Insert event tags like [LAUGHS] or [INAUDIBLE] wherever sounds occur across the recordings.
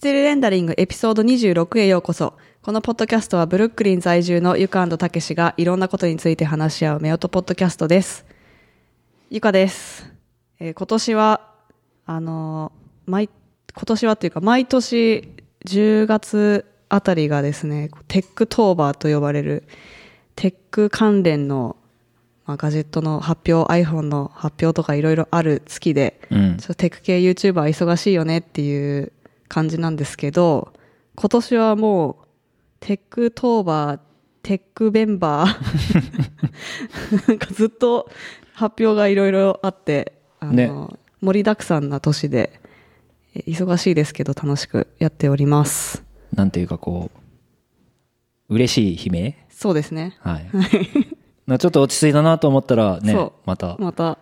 テルレンダリングエピソード26へようこそ。このポッドキャストはブルックリン在住のゆかたけしがいろんなことについて話し合う夫婦ポッドキャストです。ゆかです。えー今年は、あのー毎、今年はっていうか毎年10月あたりがですね、テックトーバーと呼ばれるテック関連の、まあ、ガジェットの発表、iPhone の発表とかいろいろある月で、うんちょっとテック系 YouTuber は忙しいよねっていう感じなんですけど、今年はもう、テックトーバー、テックメンバー、 [LAUGHS] なんかずっと発表がいろいろあって、あの、ね盛りだくさんな年で、え忙しいですけど楽しくやっております。なんていうかこう、嬉しい悲鳴そうですね。 [LAUGHS] はい。なちょっと落ち着いたなと思ったらねそう、またまた、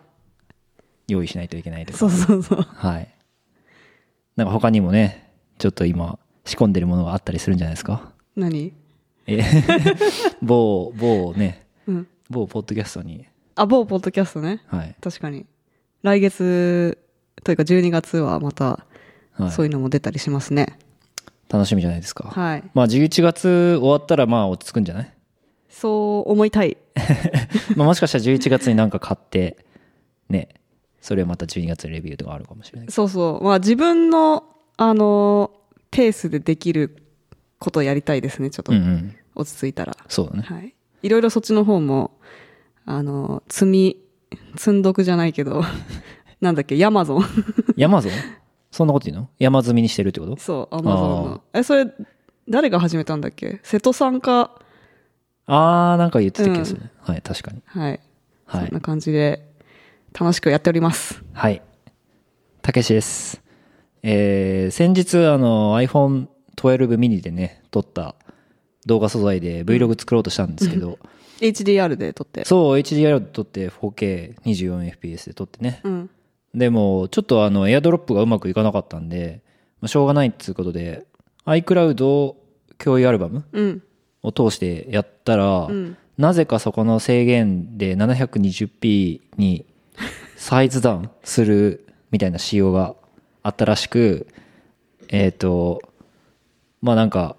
用意しないといけないとかそうそうそう。はい。なんか他にもね、ちょっと今仕込んでるものがあったりするんじゃないですか何 [LAUGHS] え、某、某ね、うん。某ポッドキャストに、あ、某ポッドキャストね。はい。確かに。来月、というか12月はまた、はい、そういうのも出たりしますね。楽しみじゃないですか。はい。まあ11月終わったらまあ落ち着くんじゃないそう思いた [LAUGHS] い。まあもしかしたら11月になんか買って、ね、それをまた12月にレビューとかあるかもしれないけそうそう。まあ自分の、あの、ペースでできることをやりたいですね、ちょっとど。う。んうん。落ち着いたら。そうだね。はい。いろいろそっちの方も、あの、積み、積んどくじゃないけど、 [LAUGHS] なんだっけ、ヤマゾン。山 [LAUGHS] ぞそんなこと言うの山積みにしてるってこと [LAUGHS] そう、アマゾンの。え、それ、誰が始めたんだっけ瀬戸さんか、あー、なんか言ってた気がするね。はい、確かに。はい。はそんいな。感じで、楽しくやっております。はい。たけしです。えー、先日、あの、iPhone 12 mini でね、撮った動画素材で Vlog 作ろうとしたんですけど、 HDR で撮って。 [LAUGHS] そう、HDR で撮って 4K24fps で撮ってね。うん。でも、ちょっとあの、AirDrop がうまくいかなかったんで、まあ、しょうがないっつうことで、iCloud 共有アルバムうん。を通してやったら、んなぜかそこの制限で 720p にサイズダウンするみたいな仕様があったらしくえっ、とまあなんか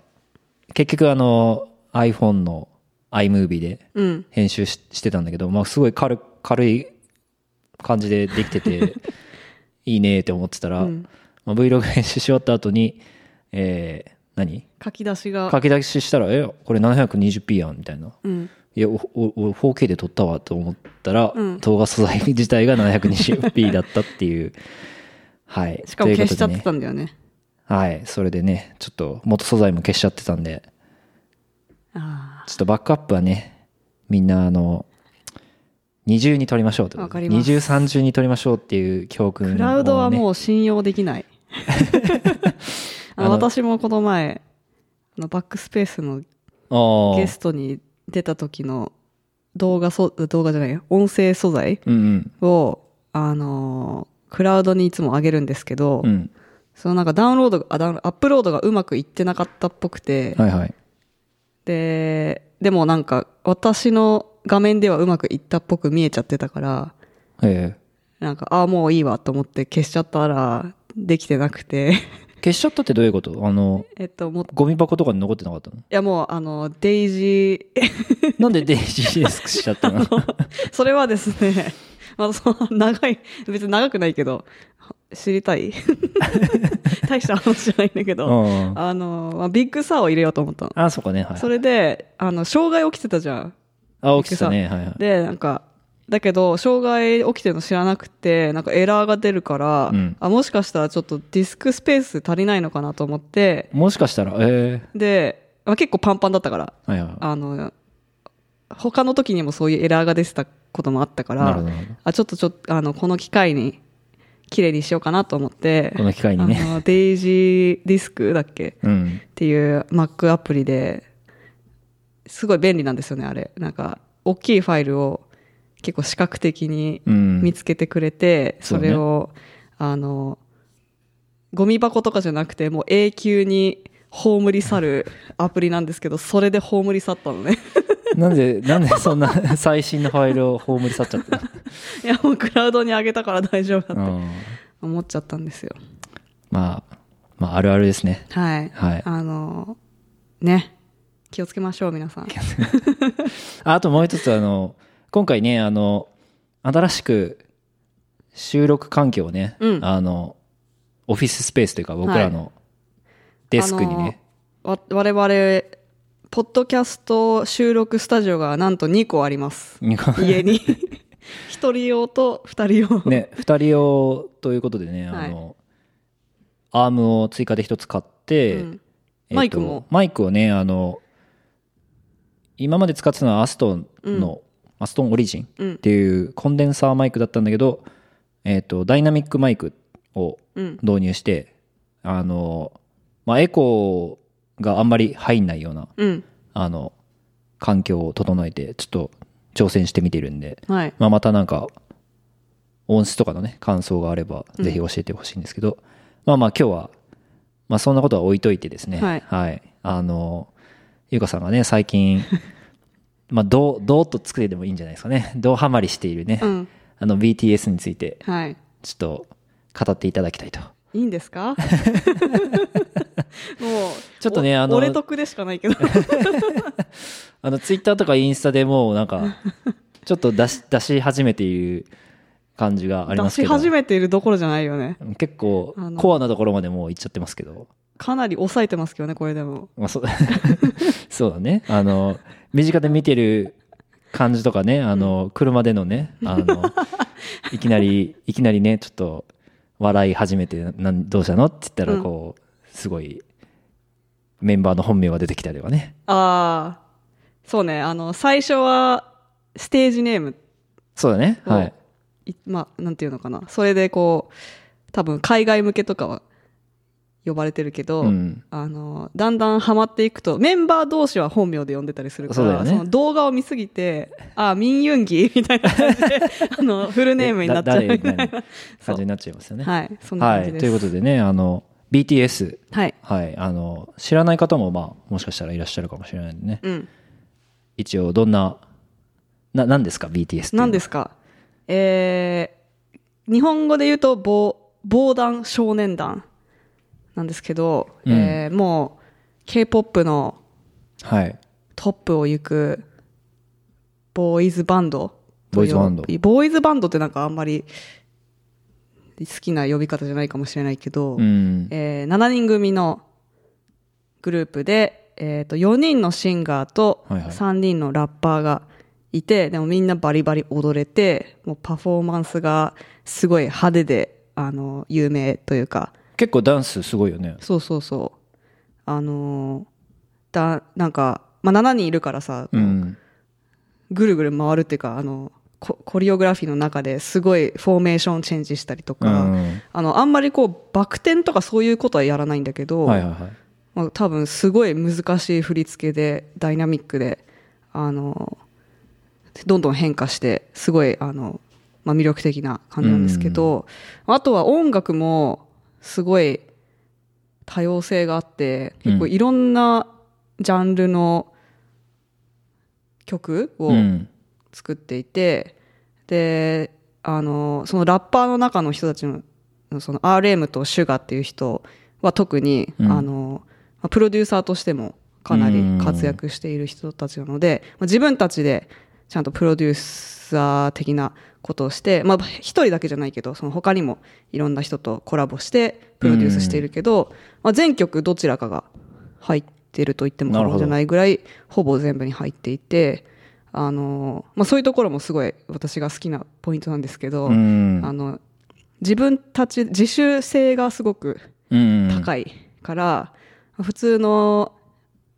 結局あの iPhone の iMovie でうん。編集ししてたんだけど、まあ、すごい軽軽い感じでできて [LAUGHS] ていいねって思ってたら、まあ、Vlog 編集し終わった後に、えー何書き出しが。書き出ししたら「えこれ 720p やん」みたいなうん。 「いやおおお 4K で撮ったわ」と思ったら、うん動画素材自体が 720p だったって [LAUGHS] いうはいしかもとい消うこしちとゃでっねてたんだよね。はいそれでねちょっと元素材も消しちゃってたんであちょっとバックアップはねみんなあの二重に撮りましょうとわかります二重三重に撮りましょうっていう教訓を、あ。ね、クラウドはもう信用できない。 [LAUGHS] あのあの私もこの前、あのバックスペースのああゲストに出た時の動画そ、動画じゃないよ、音声素材うんうんを、あのークラウドにいつも上げるんですけど、うんそのなんかダウンロードが、あ、ダウンロードアップロードがうまくいってなかったっぽくて、はいはいで、でもなんか私の画面ではうまくいったっぽく見えちゃってたから、えなんか、ああ、もういいわと思って消しちゃったら、できてなくて。 [LAUGHS] え消しちゃったってどういうことあのえっと、もう、いゴミ箱とかに残ってなかったのやもう、あの、デイジー、 [LAUGHS] なんでデイジーデスクしちゃったのそれはですね、 [LAUGHS] まあ、その、長い、別に長くないけど、知りたい [LAUGHS] 大した話じゃないんだけど、うんあの、まあ、ビッグサーを入れようと思ったの。あ、そうかね、はい。それで、あの、障害起きてたじゃん。あ、起きてたね、はいはい。で、なんか、だけど、障害起きてるの知らなくて、なんかエラーが出るから、うんあ、もしかしたらちょっとディスクスペース足りないのかなと思って、もしかしたら、えで、まあ、結構パンパンだったから、ー、はいはあの、他の時にもそういうエラーが出てたこともあったかい。なるらほど、、なるほどあ、ちょっとちょっと、あの、この機会に、綺麗にしようかなと思って、この機会にねあの、デイジーディスクだっけうん。っていう Mac アプリで、すごい便利なんですよね、あれ。なんか、大きいファイルを結構視覚的にうん。見つけてくれて、そそうねれを、あの、ゴミ箱とかじゃなくて、もう永久に葬り去るアプリなんですけど、それで葬り去ったの [LAUGHS] ね。なんで、なんでそんな [LAUGHS] 最新のファイルを葬り去っちゃったい [LAUGHS] や、もうクラウドに上げたから大丈夫だのってうん思っちゃったんですよ。まあ、まあ、あるあるですね。はい。はいあの、ね。気をつけましょう、皆さん。ああともう一つ、あの、今回ね、あの、新しく収録環境をね、うんあの、オフィススペースというか、僕らのデスクにね、あの。わ我々、ポッドキャスト収録スタジオがなんと2個あり [LAUGHS] ます。にこう家に。一人用と二人用。ね、2人用ということでね、あの、アームを追加で1つ買って、うんえっとマイクもマイクをね、あの、今まで使ってたのはアストンの、アストンオリジンうんっていうコンデンサーマイクだったんだけど、えっと、ダイナミックマイクをうん。導入して、あの、まあ、エコーがあんまり入んないような、うん。あの、環境を整えて、ちょっと挑戦してみてるんで、はい。まあ、またなんか音質とかのね感想があればぜひ教えてほしいんですけど、まあまあ今日は、まあ、そんなことは置いといてですねはいあの優香さんがね最 [LAUGHS] 近まあどうどうっと作れてもいいんじゃないですかねどうハマりしているね、うん。あの BTS についてはい。ちょっと語っていただきたいといいんです [LAUGHS] かもう、ちょっとねおあの俺得でしかないけど。あのツイッターとかインスタでもうな [LAUGHS] んかちょっと出し出し始めている感じがありま出すけしど始めているどころじゃないよね。結構あのコアなところまでもう行っちゃってますけどかなり抑えてますけどね、これでも。まあ、そう [LAUGHS] そうだねあの身近で見てる感じとかねあの車でのね [LAUGHS] あのいきなりいきなりねちょっと笑い始めてなんどうしたのって言ったうらんこう、すごいメンバーの本名が出てきたりはねああ、そうね、あの、最初は、ステージネーム、そうだねはいいまあ、なんていうのかな。それでこう、多分海外向けとかは呼ばれてるけど、うんあの、だんだんハマっていくと、メンバー同士は本名で呼んでたりするかそうだよら、ねの動画を見すぎて、あ、ミンユンギ [LAUGHS] みたいな感じで、あの、フルネームになっちゃうえみだたい誰な [LAUGHS] みたいな感じになっちゃいますよねはい、そんなは感じいです。ということでねあの BTS はい。はいあの知らない方もまあもしかしたらいらっしゃるかもしれないんでねうん。一応どんなな何ですか BTS っていうのは何ですかえー、日本語で言うと防、防弾少年団なんですけど、うんえーもう、K-POP のはい。トップを行く、ボーイズバンドとボーイズバ呼ンドび。ボーイズバンドってなんかあんまり好きな呼び方じゃないかもしれないけど、うん。えー7人組のグループで、えー、と4人のシンガーとはいはい3人のラッパーがいて、でもみんなバリバリ踊れてもうパフォーマンスがすごい派手であの有名というか結構ダンスすごいよね。そうそうそうあのーだなんか、まあ、7人いるからさ、うん。ぐるぐる回るっていうかあのココリオグラフィーの中ですごいフォーメーションチェンジしたりとうか、ん。あのあんまりこうバク転とかそういうことはやらないんだけど、はいはいはい。まあ、多分すごい難しい振り付けでダイナミックであのどんどん変化してすごいあの、まあ、魅力的な感じなんですけど、あとは音楽もすごい多様性があって結構いろんなジャンルの曲をうん。作っていて、であのそのラッパーの中の人たちのその RM とシュガーっていう人は特に、うんあのまあプロデューサーとしてもかなり活躍している人たちなので、まあ自分たちでちゃんとプロデューサー的なことをして、まあ、一人だけじゃないけどその他にもいろんな人とコラボしてプロデュースしているけど、まあ、全曲どちらかが入ってると言っても過言じゃないぐらいほぼ全部に入っていてあの、まあ、そういうところもすごい私が好きなポイントなんですけど、うんあの自分たち自主性がすごくうん。い。高いから、普通の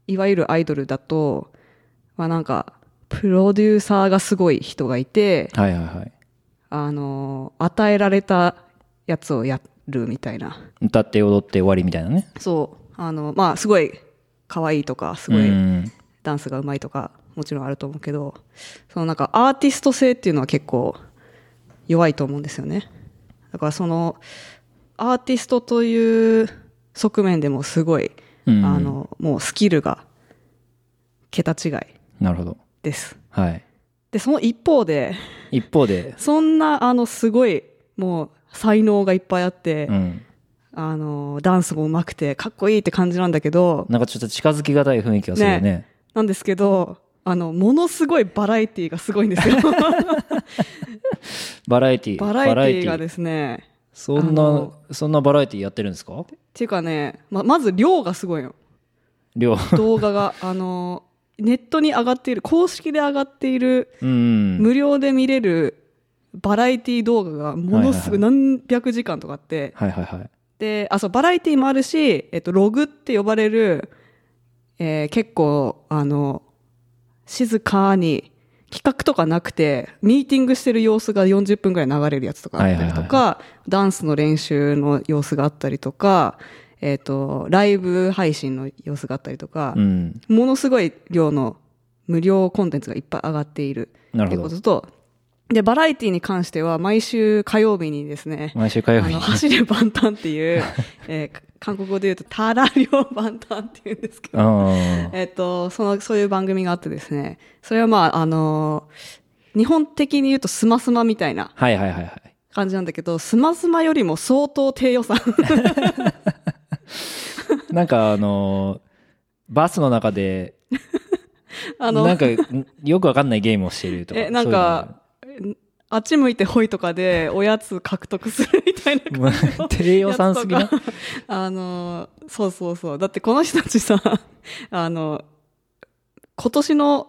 いわゆるアイドルだと、まあ、なんかプロデューサーがすごい人がいてはいはいはい。あの与えられたやつをやるみたいな。歌って踊って終わりみたいなね。そう。あの、まあ、すごい可愛いとか、すごういん。ダンスが上手いとか、もちろんあると思うけど、そのなんかアーティスト性っていうのは結構弱いと思うんですよね。だからその、アーティストという側面でもすごい、うんあの、もうスキルが、桁違いなるほど。です。はい。で、その一方で、一方で、そんな、あの、すごい、もう、才能がいっぱいあって、うん。あのダンスも上手くてかっこいいって感じなんだけどなんかちょっと近づきがたい雰囲気がするよね。なんですけどあのものすごいバラエティーがすごいんですよバラエティ。バラエティーがバラエティですねそんあなの、そんなバラエティやってるんですかっていうかねままず量がすごい [LAUGHS] の量。動画があのネットに上がっている公式で上がっているうん。無料で見れるバラエティ動画がものすごいは何百時間とかあってはいはいはい。であそうバラエティもあるし、えっと、ログって呼ばれる、えー結構あの静かに企画とかなくてミーティングしてる様子が40分ぐらい流れるやつとかあったりとはいか、ダンスの練習の様子があったりとか、えっとライブ配信の様子があったりとかう、ん。ものすごい量の無料コンテンツがいっぱい上がっているなってるこほど。ととでバラエティに関しては毎週火曜日にですね毎週火曜あ日のに。走る万端って [LAUGHS] いう、えーか韓国語で言うとタラリョ万端っていうんですけど、うん。えっとそのそういう番組があってですねそれはまああのー日本的に言うとスマスマみたいなはいはいはいはい。感じなんだけどスマスマよりも相当低予 [LAUGHS] 算なんかあのーバスの中で、あのなんかんよくわかんないゲームをしているとか。えなんかあっち向いてほいとかでおやつ獲得するみたいなそういうのが、まあ低予算すぎやなつ。とかあのそうそうそうだってこの人たちさあの今年の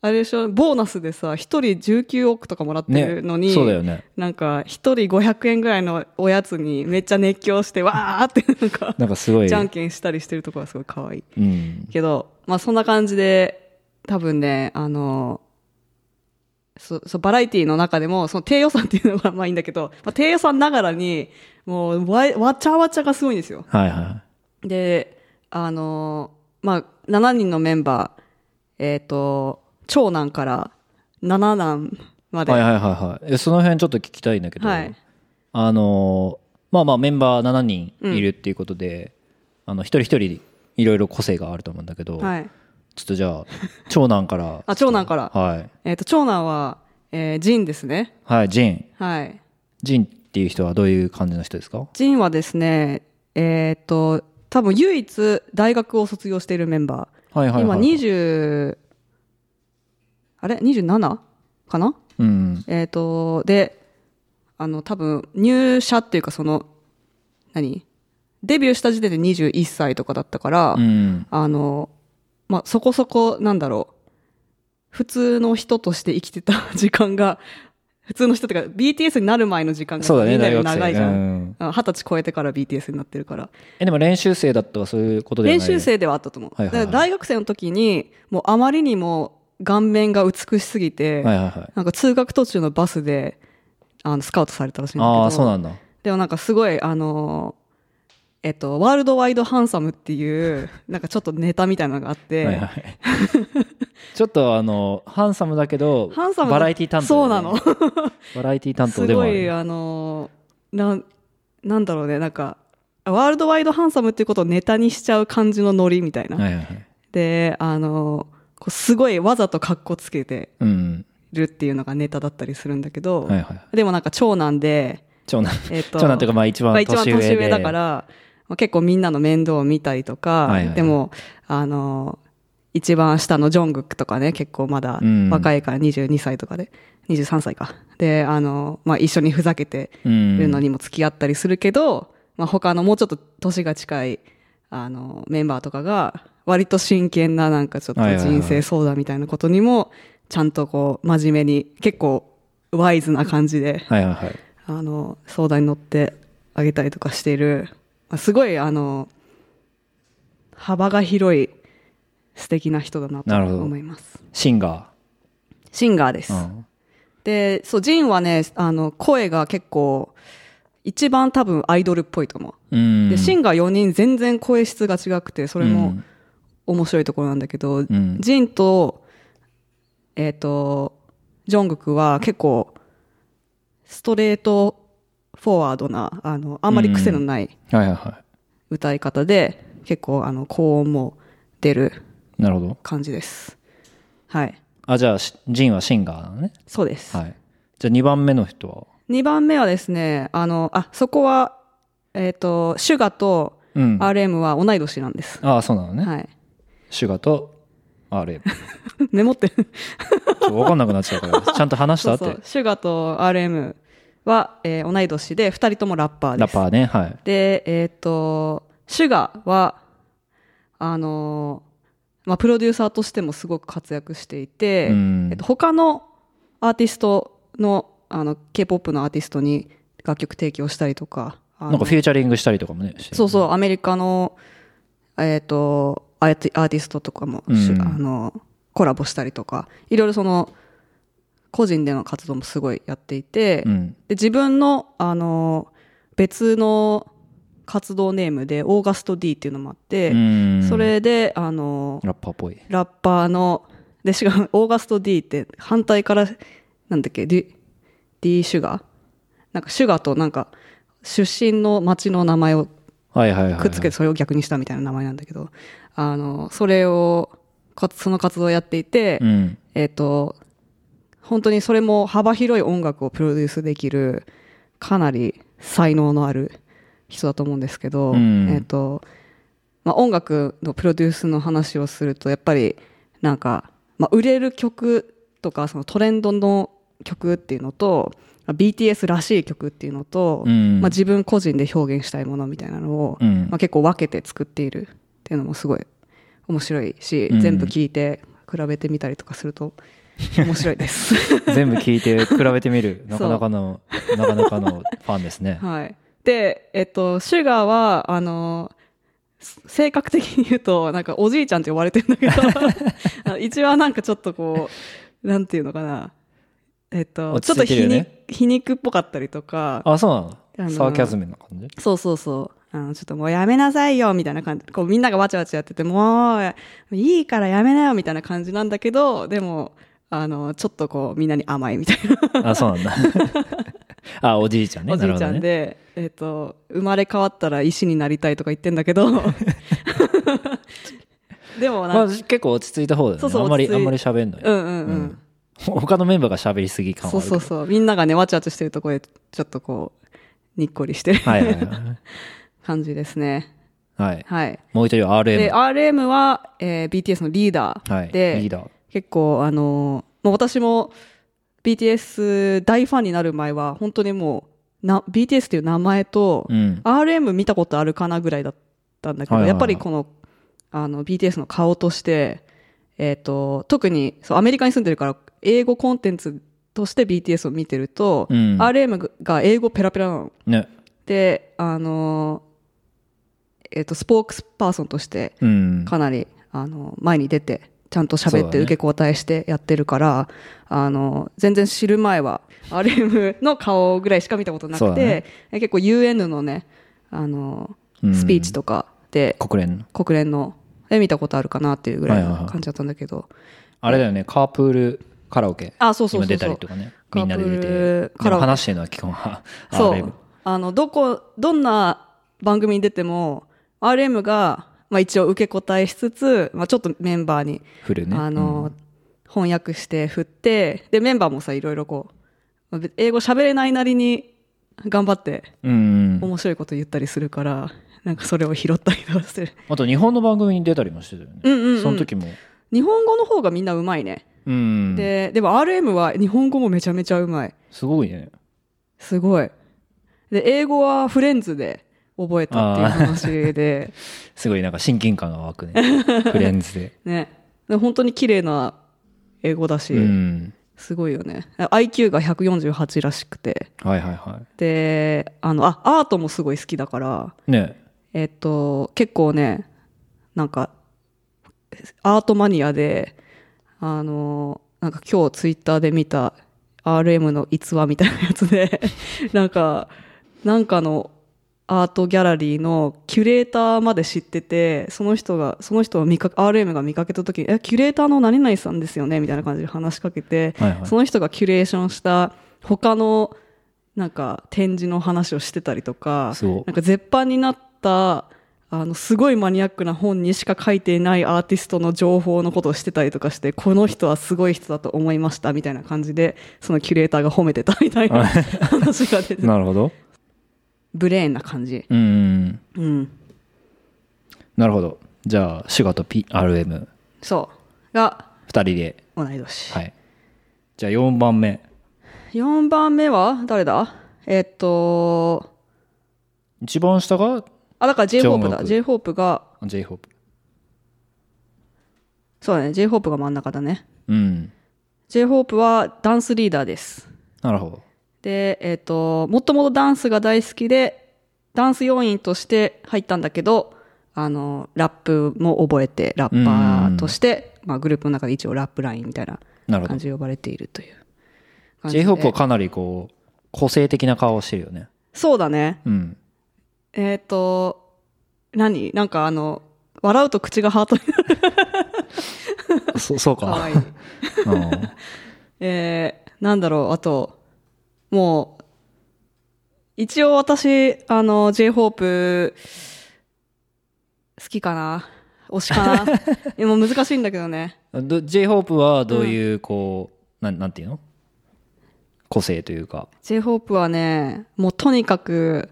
あれでしょボーナスでさ一人19億とかもらってるのに、ね。そうだよね。なんか一人500円ぐらいのおやつにめっちゃ熱狂してわーってなんかなんかすごい。じゃんけんしたりしてるところがすごい可愛いうん。けどまあそんな感じで多分ねあのそそうバラエティの中でもその低予算っていうのがまあ [LAUGHS] いいんだけど、まあ、低予算ながらにもうわわちゃわちゃがすごいんですよはいはであのまあ7人のメンバーえっ、と長男から七男まい。ではいははいはいはい。えその辺ちょっと聞きたいんだけい、ど、あのーまあまあメンバー7人うんいるっていうことで、あの一人一人いろいろ個性があると思うんだけど、はいちょっとじゃあ長男からあ長男からはいえっ、と長男は、えー、ジンですねはいジンはいジンっていう人はどういう感じの人ですかジンはですね、えっ、と、多分唯一大学を卒業しているメンバはー。いはいはい今20、あれ ?27? かなうんえっ、と、で、あの、多分入社っていうかその、何デビューした時点で21歳とかだったから、うんあの、まあ、そこそこ、なんだろう。普通の人として生きてた時間が、普通の人っていうか、BTS になる前の時間がそうだみねんな大より学生長いじゃんう。んあ二十歳超えてから BTS になってるからえでも練習生だったはそういうことではな練い習生ではあったと思う、はいはいはいだから大学生の時にもうあまりにも顔面が美しすぎて、はいはいはいなんか通学途中のバスであのスカウトされたらしいんだけどああそうなんだでもなんかすごいあのーえっと、ワールドワイドハンサムっていう、なんかちょっとネタみたいなのがあって、はいはい [LAUGHS] ちょっとあのハンサムだけどハンサムだバラエティ担当そうだなよねの。バラエティ担当すでもあごるい、あのーなん、なんだろうね、なんか、ワールドワイドハンサムっていうことをネタにしちゃう感じのノリみたいな。はいはいはいであのこうすごいわざと格好つけてうんるっていうのがネタだったりするんだけど、はいはいでもなんか長男で、長男えっと長男というかまあ一まあ番一番年年上で上だから、まあ、結構みんなの面倒を見たりとか、はいはいはいでもあの一番下のジョングクとかね結構まだうん若いから22歳とかで、23歳かであの、まあ、一緒にふざけてうんるのにも付き合ったりするけど、まあ、他のもうちょっと年が近いあのメンバーとかが割と真剣ななんかちょっとはいはいはい人生相談みたいなことにもちゃんとこう真面目に結構ワイズな感じではいはいはいあの相談に乗ってあげたりとかしている、まあ、すごいあの幅が広い素敵な人だなとなるほど思いますシンガシンガーです、ー、うん、で、そう、ジンはね、あの、声が結構、一番多分アイドルっぽいと思う。で、シンガー4人全然声質が違くて、そこれも面白いところなんだけど、んジンと、えっ、と、ジョングクは結構、ストレートフォワードな、あの、あんまり癖のないはいはいは歌い方で、結構、あの、高音も出るいなるほど感じです。はい。あじゃあしジンはシンガーなのねそうです。はいじゃあ2番目の人は2番目はですね、あの、あ、そこは、ええっ、と、シュガとうん RM は同い年なんです。ああそうなのね、はい。 [LAUGHS] シュガと RM メモってる。分かんなくなっちゃ [LAUGHS] うからちゃんと話したそうってそう。シュガと RM は、えー同い年で、二人ともラッパーです。ラッパーねはいで、えーっと、シュガは、あのーまあ、プロデューサーとしてもすごく活躍していて、うんえっと、他のアーティストの、あの、K-POP のアーティストに楽曲提供したりとか、あのなんかフューチャリングしたりとかもねしてそうそう、アメリカの、えっ、とアーティ、アーティストとかも、しうんあの、コラボしたりとか、いろいろその、個人での活動もすごいやっていて、うんで自分のあの別の活動ネームでオーガスト D っていうのもあって、うんそれであのラッパーっぽいラッパーのでしかもオーガスト D って反対からなんだっけ D, D シュガーなんかシュガーとなんか出身の町の名前をはいはいはい、はい、くっつけてそれを逆にしたみたいな名前なんだけど、あのそれをかその活動をやっていて、うんえっ、と、本当にそれも幅広い音楽をプロデュースできる、かなり才能のある人だと思うんですけど、うんえっ、と、まあ、音楽のプロデュースの話をすると、やっぱり、なんか、まあ、売れる曲とか、そのトレンドの曲っていうのと、まあ BTS らしい曲っていうのと、うんまあ、自分個人で表現したいものみたいなのを、うんまあ、結構分けて作っているっていうのもすごい面白いし、うん全部聞いて比べてみたりとかする [LAUGHS] と面白いです。 [LAUGHS] 全部聞いて比べてみるそなうかなかのなかなかのファンですねはい、で、えっと、シュガーはあのす性格的に言うとなんかおじいちゃんって呼ばれてるんだ [LAUGHS] けどあの一応なんかちょっとこうなんていうのかな、えっと、ちょ落っとち着いてる皮よ肉,、ね皮肉っぽかったりとかあそうあのなのーサーキャズムな感じそうそうそう。あの、ちょっともうやめなさいよ、みたいな感じ。こう、みんながわちゃわちゃやってて、もう、いいからやめなよ、みたいな感じなんだけど、でも、あの、ちょっとこう、みんなに甘いみたいあそ [LAUGHS] うなんだあおじいちゃんな、ねおじいちなゃんるほどねで、えっ、と、生まれ変わったら石になりたいとか言ってんだけど、 [LAUGHS] でもまなあ、んか、結構落ち着いた方だよねそうそうあんまり落ち着いあんまり喋んない、うんうんうん。うん他のメンバーが喋りすぎ感はそあうるけそどうそう。みんながね、わちゃわちゃしてるとこで、ちょっとこう、にっこりしてる、はいはいはい [LAUGHS] 感じですね。はいはい。もう一人はで、 RM RM は、えー BTS のリーダーはいで、リーダー結構あのもう私も BTS 大ファンになる前は本当にもうな BTS っていう名前と、うん RM 見たことあるかなぐらいだったんだけど、はいはいやはいっぱりこのあの BTS の顔として、えっと特にそうアメリカに住んでるから英語コンテンツとして BTS を見てると、うん RM が英語ペラペラなの。ねであのえっとスポークスパーソンとしてうんかなりあの前に出てちゃんとそう喋っだてね受け答えしてやってるから、あの全然知る前は RM の顔ぐらいしか見たことなそうくだてね、え結構 UN のねあのうんスピーチとかで、国連の国連ので見たことあるかなっていうぐらいはいのはいはい感じだったんだけど、あれだよねカープールカラオケあそうそうそうそう今出たりとかねカーみプんーなルで出てカラオケでも話してるのは基本はそ RM うあのどこどんな番組に出ても RM が、まあ、一応受け答えしつつ、まあ、ちょっとメンバーにフルねあうんの、翻訳して振って、で、メンバーもさ、いろいろこう、まあ英語喋れないなりに頑張ってうんうん面白いこと言ったりするから、なんかそれを拾ったりとかする。あと日本の番組に出たりもしてたよねうんうんうんその時も日本語の方がみんなうまいね。うんで、でも RM は日本語もめちゃめちゃうまい。すごいねすごい。で、英語はフレンズで覚えたっていう話で、すごいなんか親近感が湧く [LAUGHS] ねフレンズでね。で本当に綺麗な英語だし、うんすごいよね。IQ が148らしくて。はいはいはで、あの、あ、アートもすごい好きだから、いねえっと、結構ね、なんか、アートマニアで、あの、なんか今日ツイッターで見た RM の逸話みたいなやつで、 [LAUGHS] なんか、なんかのアートギャラリーのキュレーターまで知ってて、その人が、その人を見かけ、RM が見かけた時に、え、キュレーターの何々さんですよねみたいな感じで話しかけて、はいはいその人がキュレーションした他のなんか展示の話をしてたりとか、すごいなんか絶版になった、あの、すごいマニアックな本にしか書いていないアーティストの情報のことをしてたりとかして、この人はすごい人だと思いましたみたいな感じで、そのキュレーターが褒めてたみたいな話が出て、なるほどブレーンな感じ。うん。うん。なるほど。じゃあ、シュガと PRM、そう。が、二人で。同い年。はい。じゃあ、4番目。 4番目は、誰だえっと、一番下があ、だから J-HOPE だ。ジ J-HOPE が、 J-HOPE。そうだね、J-HOPE が真ん中だね。うん。 J-HOPE はダンスリーダーです。なるほど。で、えっ、と、もともとダンスが大好きで、ダンス要員として入ったんだけど、あの、ラップも覚えて、ラッパーとして、まあグループの中で一応ラップラインみたいななるほ感ど。じで呼ばれているという感じで。 J-HOPE はかなりこう、個性的な顔をしてるよね。そうだね。うん。えっ、と、何なんかあの、笑うと口がハートになる。そ [LAUGHS] そうかか。わいい。うんえー、なんだろう、あと、もう、一応私、あの、J-HOPE、好きかな推しかなでも難しいんだけどね。ど J-HOPE はどういうこう、なんなんていうの個性というか J-HOPE はね、もうとにかく、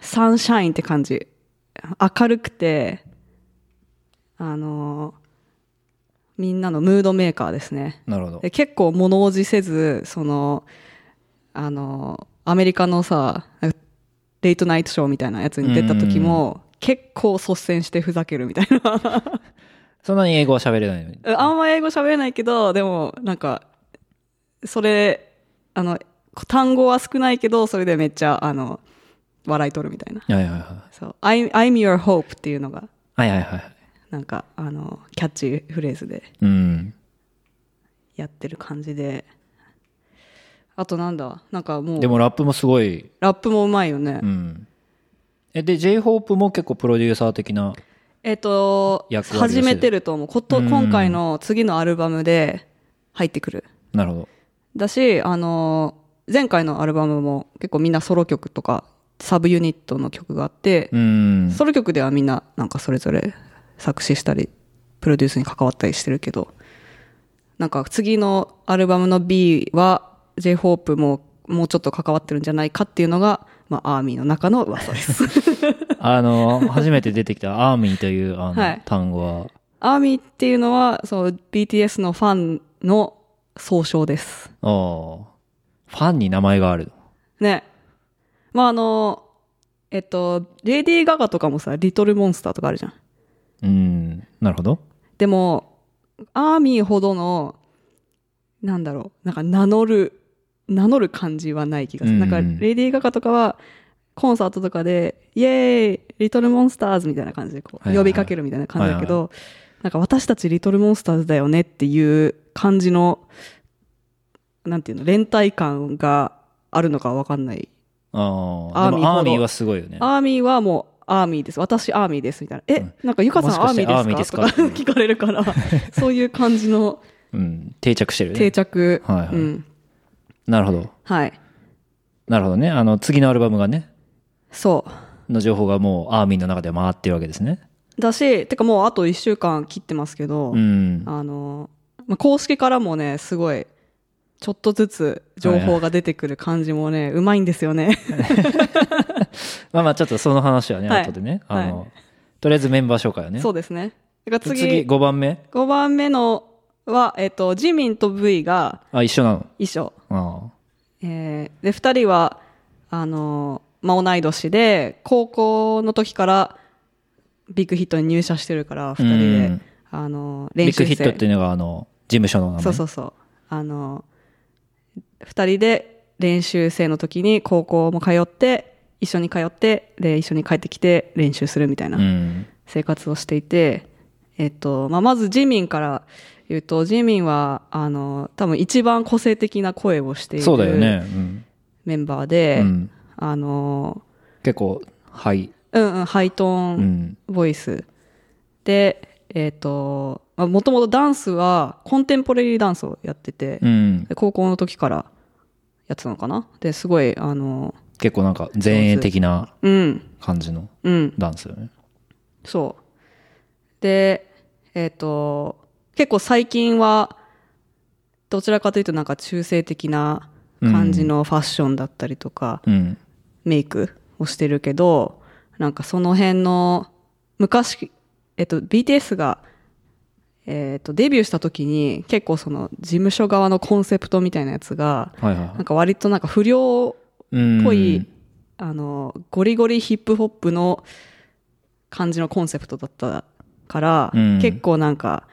サンシャインって感じ。明るくて、あの、みんなのムードメーカーですね。なるほどで結構物おじせずそのあのアメリカのさなんかレイトナイトショーみたいなやつに出た時も結構率先してふざけるみたいな [LAUGHS] そんなに英語は喋れないのにあんま英語喋れないけどでもなんかそれあの単語は少ないけどそれでめっちゃあの笑い取るみたいなはいはいはそう「I'm, I'm your hope」っていうのがいはいはいはいなんかあのキャッチフレーズでうんやってる感じであとなんだなんかもうでもラップもすごいラップもうまいよね。うんえで J-HOPE も結構プロデューサー的なえっ、と、役割をして始るめてると思う。こと、うん今回の次のアルバムで入ってくる。なるほどだし、あの、前回のアルバムも結構みんなソロ曲とか、サブユニットの曲があって、うんソロ曲ではみんななんかそれぞれ作詞したり、プロデュースに関わったりしてるけど、なんか次のアルバムの B は J-HOPE ももうちょっと関わってるんじゃないかっていうのが、まあ、アーミーの中の噂です。あの初めて出てきた「アーミー」というあ [LAUGHS] の、はい単語はアーミーっていうのは、そう、BTS のファンの総称です。あーファンに名前があるね。まあ、あの、えっと、レディー・ガガとかもさ、リトル・モンスターとかあるじゃん。うんなるほどでも、アーミーほどの、なんだろう、なんか名乗る、名乗る感じはない気がする。うんなうんんか、レディー・ガガとかは、コンサートとかで、イエーイリトル・モンスターズみたいな感じでこはう、いは呼いびかけるみたいな感じだけど、なんか私たちリトル・モンスターズだよねっていう感じの、なんていうの、連帯感があるのかわかんない。あアあーでミーほどもアーミーはすごいよねアーミーはもう、アーミーです。私、アーミーです。みたいな。え、なんか、ゆかさん、もアーしかミしてーですかアーミーとですかか聞かれる [LAUGHS] から、そういう感じのうん定着してる定ね着。はいはいうん。なるほどはい。なるほどね。あの、次のアルバムがね、そう。の情報がもうアーミーの中で回ってるわけですね。だし、てかもうあと1週間切ってますけど、うん。あの、まあ、公式からもね、すごい、ちょっとずつ情報が出てくる感じもね、うまいんですよね。まあまあ、ちょっとその話はね、はい後でね。あの、はとりあえずメンバー紹介を [LAUGHS] ね。そうですね。だから次、次、 5番目5番目のは、えっと、ジミンと V があ、一緒なの。衣装。あえーで、2人は、あの、まあ、同い年で、高校の時からビッグヒットに入社してるから、2う人んで、あの、あ。ビ練ッ習グヒット生っていうのが、あの、事務所の名前。そうそうそう。あの、二人で練習生の時に高校も通って、一緒に通って、で、一緒に帰ってきて練習するみたいなうん。生活をしていて、えっと、まあ、まずジミンから言うと、ジミンは、あの、多分一番個性的な声をしていそうだよねる。うん。メンバーうで、ん、あの、結構、はい。うんうん、ハイトうーンん。ボイス。で、えっと、もともとダンスはコンテンポラリーダンスをやってて、うん。で高校の時からやってたのかなですごいあの結構なんか、前衛的なうん感じのうんダンスよね。そうでえっ、と結構最近はどちらかというとなんか中性的な感じのファッションだったりとか、うん。メイクをしてるけど、なんかその辺の、昔、えっと、BTS が、えっと、デビューした時に、結構その、事務所側のコンセプトみたいなやつが、はいはいなんか割となんか不良はい。っぽうんい、あの、ゴリゴリヒップホップの感じのコンセプトだったから、うん結構なんか、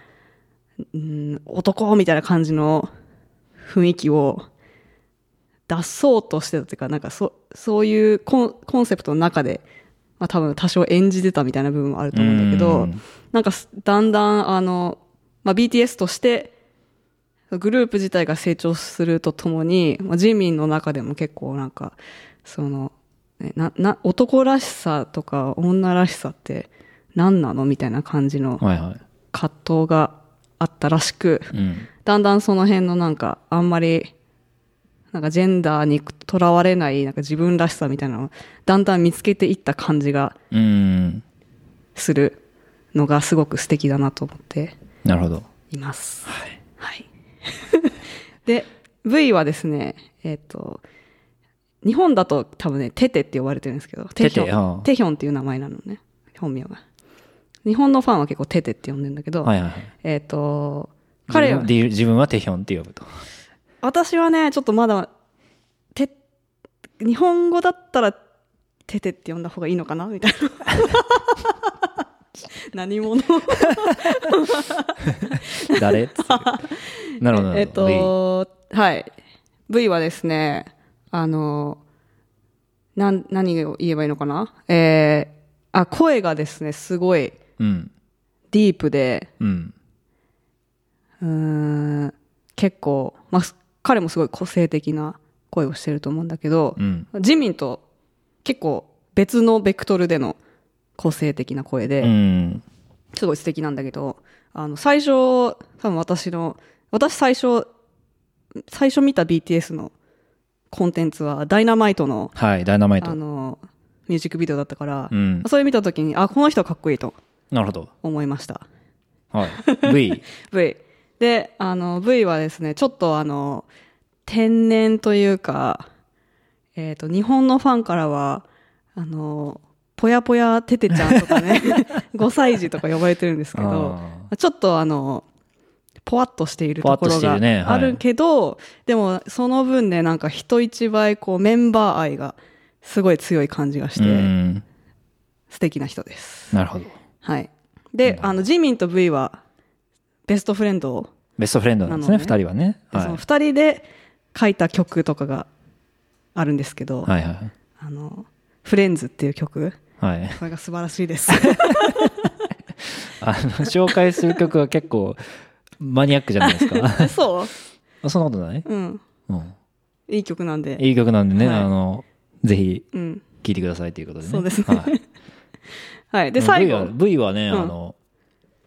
うん、男みたいな感じの雰囲気を出そうとしてたっていうか、なんかそそういうコンコンセプトの中で、まあ多分多少演じてたみたいな部分もあると思うんだけど、うんなんかすだんだんあの、まあ、BTS としてグループ自体が成長するとともに、まあ、ジミンの中でも結構なんかそのねなな男らしさとか女らしさって何なのみたいな感じのはいは葛藤があったらしく、い。うん。だんだんその辺のなんかあんまりなんかジェンダーにとらわれないなんか自分らしさみたいなのをだんだん見つけていった感じがうん。するのがすごく素敵だなと思ってなるほど。います。はい。はい。で、V はですね、えっ、と、日本だと多分ね、テテって呼ばれてるんですけど、テテヒョああンテヒョンっていう名前なのね、本名が。日本のファンは結構テテって呼んでんだけど、はいはいはい。えっ、と、彼は自、分自分はテヒョンって呼ぶと。 [LAUGHS] 私はね、ちょっとまだ、て、日本語だったら、テテって呼んだ方がいいのかなみたい [LAUGHS] な。何者 [LAUGHS] 誰つってなるほど。なえるっほどと、はい。V はですね、あの、なん、何を言えばいいのかなえー、あ、声がですね、すごいうん。ディープで、うん。うーん、結構、まあ、す彼もすごい個性的な声をしてると思うんだけどう、ん。ジミンと結構別のベクトルでの個性的な声で、うん。すごい素敵なんだけど、あの、最初、多分私の、私最初、最初見た BTS のコンテンツは、ダイナマイトの、はい、ダイナマイあト。の、ミュージックビデオだったから、うん。それ見た時に、あ、この人かっこいいとなるほど。思いました。はい。V。 [LAUGHS] V。で、あの、V はですね、ちょっとあの、天然というか、えっ、と、日本のファンからは、あの、ぽやぽやててちゃんとか [LAUGHS] ね、5歳児とか呼ばれてるんですけど、あちょっとあの、ぽわっとしているとこぽろわっとしてがるねはいあるけど、でもその分ね、なんか人一倍こうメンバー愛がすごい強い感じがしーうて、ん。素敵な人です。なるほど。はい。で、うんあの、ジミンと V はベストフレンドを、ベストフレンドなんですなね、の二、ね人はね。ではそのい。はい二人で書いた曲とかがあるんですけど、はいはい。あの、フレンズっていう曲、はい。これが素晴らしい [LAUGHS] です。あの、紹介する曲は結構マニアックじゃないで [LAUGHS] すか。そそんなことないううん。うん。いい曲なんで。いい曲なんでね、はいあの、ぜひうん。聴いてくださいということでね。そうですねはい。はい。 [LAUGHS] で、最 V は後。 V はね、うんあの、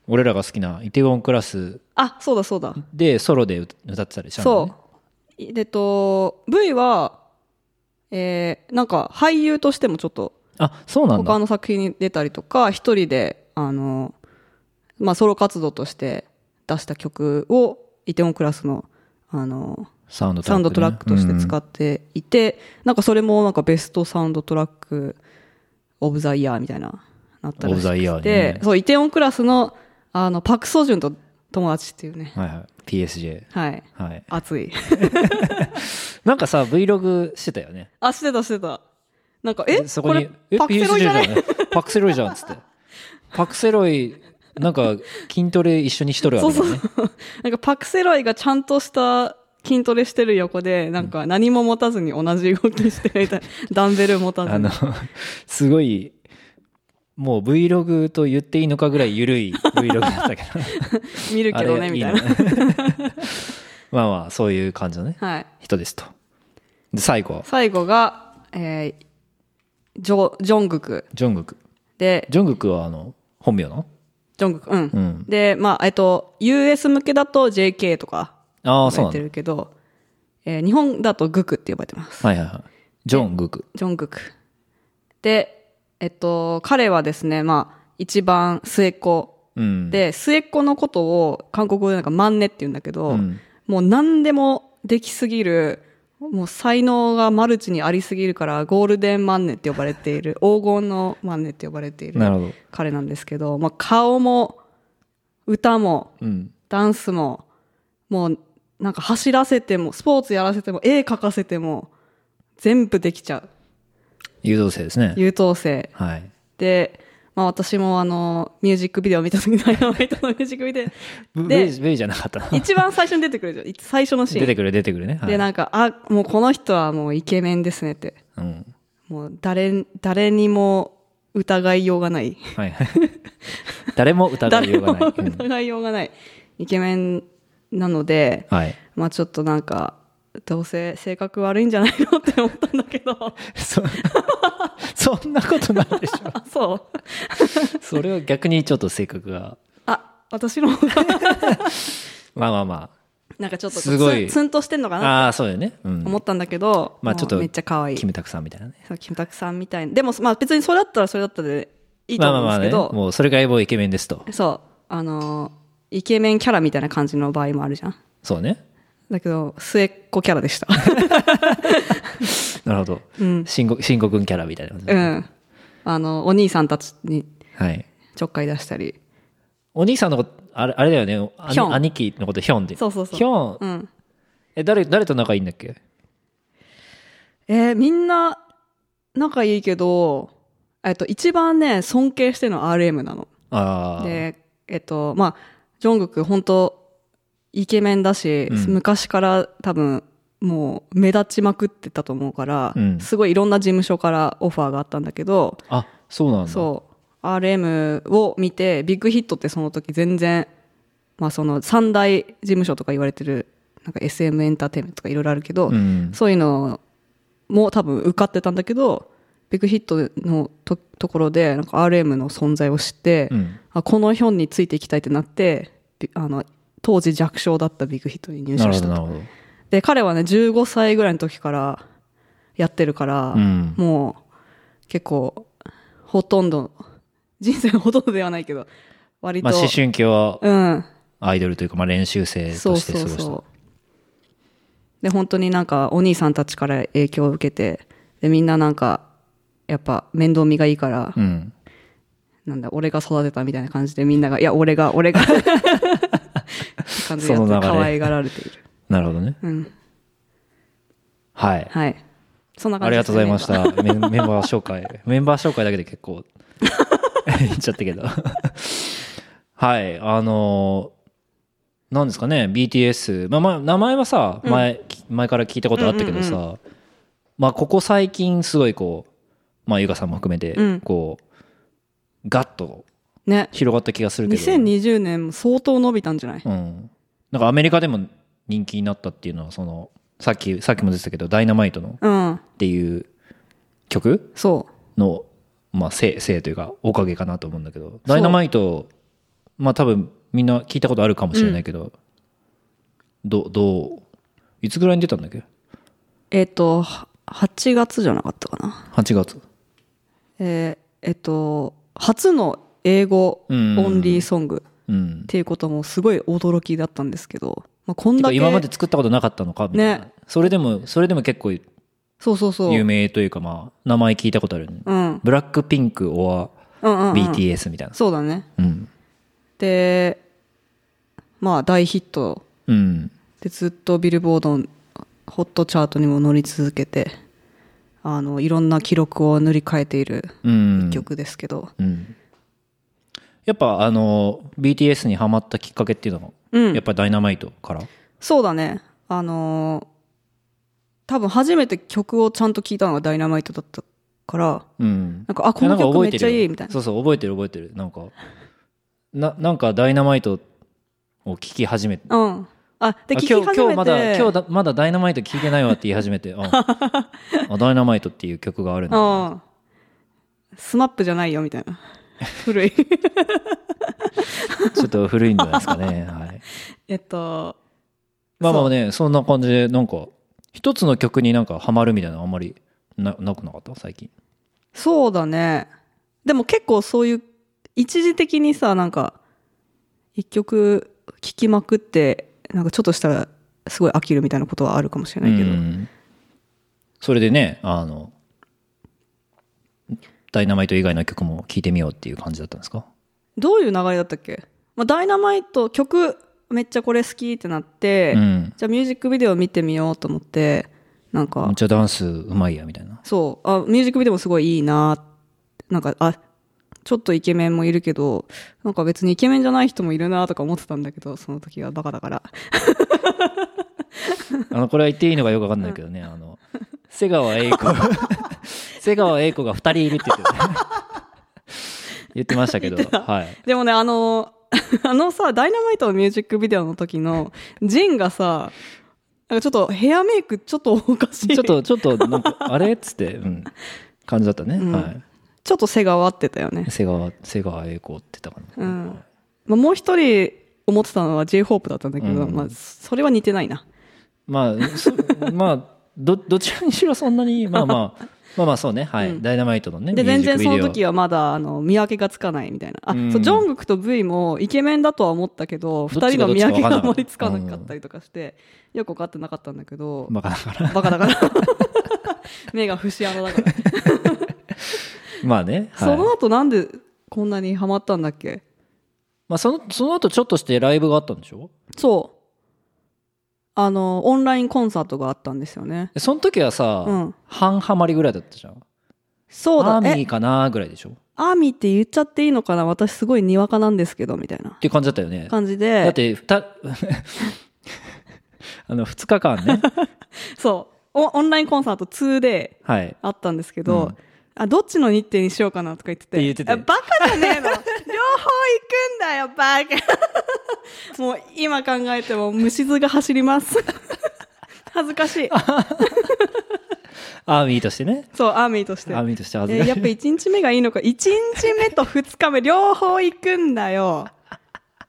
俺らが好きなイテウォンクラスあ、そうだそうだ。でソロで歌ってたりしたのね。そう。いでと、V は、えーなんか俳優としてもちょっとあ、そうなん他だ。の作品に出たりとか、一人で、あの、まあ、ソロ活動として出した曲を、イテオンクラスの、あの、サウンドトサウラックね、ンドトラックとして使っっていて、なんかそれもなんかベストサウンドトラックオブザイヤーみたいな、なったらしオブザイヤくーて、ねそう、イテオンクラスの、あの、パクソジュンと友達っていうね、はいはい。PSJ。はい、はい。熱い。なんかさ、Vlog してたよね。あ、してたしてた。なんか、えでそここにれ、パクセロイじゃない PSJ じゃんパクセロイじゃんっつって。パクセロイ、なんか筋トレ一緒にしとるわそうけだそようね。。なんかパクセロイがちゃんとした筋トレしてる横で、なんか何も持たずに同じ動きしてるみたいな。 [LAUGHS] ダンベル持たずあのに。、すごい、もう Vlog と言っていいのかぐらい緩い Vlog だったけど。見るけどあれね、みたいな。のね [LAUGHS] まあまあ、そういう感じのね、はい。人ですと。で、最後、最後が、えー、ジョ、ジョングク。ジョングク。で、ジョングクはあの、本名のジョングク、うん。うん。で、まあ、えっと、US 向けだと JK とかああ、呼ばれそうなんてだ。るけど、えー日本だとグクって呼ばれてます。はいはいはい。ジョングク。ジョングク。で、えっと、彼はですね、まあ、一番末っ子うん。、で、末っ子のことを韓国語でなんかマンネって言うんだけど、うん。もう何でもできすぎる、もう才能がマルチにありすぎるからゴールデンマンネって呼ばれてい [LAUGHS] る黄金のマンネって呼ばれていなるるほど。彼なんですけど、まあ、顔も歌もうん。ダンスももうなんか走らせてもスポーツやらせても絵描かせても全部できちゃう誘導性ですね。優等生はい。で、まあ、私もあのミュージックビデオ見た時にダイナマイトのミュージックビデブでベイベイじゃなかったな。 [LAUGHS] 一番最初に出てくるじゃんい最初のシーン出てくる出てくるね。はいでなんかあもうこの人はもうイケメンですねってうん。もう誰誰にも疑いようがないはい。 [LAUGHS] 誰も疑いようがない。 [LAUGHS] 誰うもん疑いようがない、イケメンなので、はい。まあちょっとなんかどうせ性格悪いんじゃないのって思ったんだけ [LAUGHS] どそそんなことないでしょ。あそうそれは逆にちょっと性格が。あ私の方がまあまあまなんかちょっとすごいツンツンとしてんのかなあ。ああー、そうだよね。うん。思ったんだけど、まあもうちょっとめっちゃ可愛いキムタクさんみたいなね。そうキムタクさんみたいなでもまあ別にそれだったらそれだったでいいと思うんですけど、まあまあまあね、もうそれがもうイケメンですと。そうあのイケメンキャラみたいな感じの場合もあるじゃんそうね。だけど末っ子キャラでした [LAUGHS] なるほど。うんしんご、しんごくんキャラみたいなことうね、んあのお兄さんたちにはい。ちょっかい出したりお兄さんのこと、あれあれだよね。あヒョン兄貴のことヒョンって。そうそうそうヒョン、うんえ、誰、誰と仲いいんだっけえーみんな仲いいけどえっと一番ね尊敬してるのは RM なのああ。でえっとまあジョングク本当イケメンだし、うん昔から多分もう目立ちまくってたと思うから、うんすごいいろんな事務所からオファーがあったんだけど、あ、そうなんだ。そう。RM を見て、ビッグヒットってその時全然、まあその三大事務所とか言われてる、なんか SM エンターテインメントとかいろいろあるけど、ん。そういうのも多分受かってたんだけど、ビッグヒットのとところで、なんか RM の存在を知って、うん。あこのヒョンについていきたいってなって、ビあの、当時弱小だったビッグヒットに入な社るしほたど、なと。るほど。で、彼はね、15歳ぐらいの時からやってるから、うん。もう結構ほとんど人生のほとんどではないけど割と、まあ、思春期はうんアイドルというか、まあ、練習生そとうして過そごうした。そうで本当になんかお兄さんたちから影響を受けてでみんななんかやっぱ面倒見がいいから、うん。なんだ俺が育てたみたいな感じでみんながいや俺が俺がって感じでやそのっ流てれ可愛がられている、なるほどね。うん、はい。はいそんな感あじりでがとすうねございました。メンメンバー紹介。 [LAUGHS] メンバー紹介だけで結構、 [LAUGHS] 言っちゃったけど。 [LAUGHS] はい。あのー、なんですかね、BTS。まあまあ、名前はさ、前、き前から聞いたことあったけどさ、まあ、ここ最近すごいこう、まあ、ゆかさんも含めて、うんこう、ガッとね広がった気がするけど。 2020年も相当伸びたんじゃないうん。なんかアメリカでも人気になったっていうのは、その、さっき、さっきも出てたけど、ダイナマイトのうんっていう曲そうの、まあ、せいせいというかおかげかなと思うんだけどダイナマイトまあ多分みんな聞いたことあるかもしれないけど、どどういつぐらいに出たんだっけえっ、と、は8月じゃなかったかな。 8月えっ、えっと、初の英語オうんンリーソングっうんていうこともすごい驚きだったんですけど、まあ、こんてだかけ。今まで作ったことなかったのかみたいな、ねそれでもそれでも結構有そうそうそう。名というかまあ名前聞いたことあるよね、うん。うんブラックピンク or うん、うん。 BTS みたいなそうだね。うんで、まあ大ヒットうんでずっとビルボードのホットチャートにも乗り続けて、あの、いろんな記録を塗り替えているうん曲ですけど、うんやっぱあの BTS にハマったきっかけっていうのも、うんやっぱダイナマイトからそうだね。あのー多分初めて曲をちゃんと聴いたのがダイナマイトだったから、うんなんか、あ、このいやなんか曲覚めえってちゃるよいいみたいな。そうそう覚えてる覚えてるなんかななんか「ダイナマイト」を聞き始めてうん。あ、で、あ聴き始今日めて。今日まだ今日だまだ「ダイナマイト」聞いてないわって言い始めて「あ [LAUGHS] あダイナマイト」っていう曲があるんだうん。スマップじゃないよ、みたい [LAUGHS] な。古い。 [LAUGHS] ちょっと古いんじゃないですかね、はい、えっと、まあまあねそんな感じでなんか一つの曲になんかハマるみたいなのあんまりななくなかった最近そうだね。でも結構そういう、一時的にさ、なんか、一曲聴きまくって、なんかちょっとしたら、すごい飽きるみたいなことはあるかもしれないけど、うんそれでね、あの、ダイナマイト以外の曲も聴いてみようっていう感じだったんですかどういう流れだったっけ、まあ、ダイナマイト曲めっちゃこれ好きってなって、うん。じゃあミュージックビデオ見てみようと思ってなんかめっちゃダンスうまいや、みたい [LAUGHS] な。そうあミュージックビデオもすごいいいななんかあちょっとイケメンもいるけどなんか別にイケメンじゃない人もいるなとか思ってたんだけどその時はバカだからあの、これは言っていいのかよくわかんないけどね、あの、瀬川 [LAUGHS] 栄子、瀬川栄子が二人いるって言ってた言ってましたけど、はい。でもねあの [LAUGHS] あのさ「ダイナマイト」のミュージックビデオの時のジンがさなんかちょっとヘアメイクちょっとおかしいちょっと、ちょっと、なんか、あれっつって、うん、感じだったね。うんはい。ちょっと背が合ってたよね、瀬川、瀬川栄子って言ったかな。うんまあ、もう一人思ってたのは j ホープだったんだけど、うんまあ、それは似てないなまあ、 [LAUGHS] そまあ、ど、どちらにしろそんなに、まあまあ、まあまあそうね、はい。うんダイナマイトのね、でミュー全ジ然ックビそデオの時はまだあの見分けがつかないみたいなあ、うんそうジョングクと V もイケメンだとは思ったけどどっち2人がの見分けがあまりどっつちかか分かなんなかったかったりとかして、よく分かってなかったんだけど、バカだから。バカだから [LAUGHS] 目が節穴だから、まあね、はい。その後なんでこんなにハマったんだっけまあその、その後ちょっとしてライブがあったんでしょそうあのオンラインコンサートがあったんですよねその時はさ、うん半ハマりぐらいだったじゃん。そうだアーミーえかなぐらいでしょっアーミーって言っちゃっていいのかな私すごいにわかなんですけどみたいなていう感じだったよね。感じだっでて、ふた、 [LAUGHS] あの、二日 [LAUGHS] 間ね。そうオンオンラインコンサート2ではい。あったんですけど、うんあどっちの日程にしようかなとか言っててって言っててあバカじゃねえの両方行くんだよバカ [LAUGHS] もう今考えても虫唾が走ります恥ずかしいアーミーとしてね。そうアーミーとしてアーミーとして恥ずえかーしい。や [LAUGHS] っぱ1日目がいいのか1日目と2日目両方行くんだ [LAUGHS] よ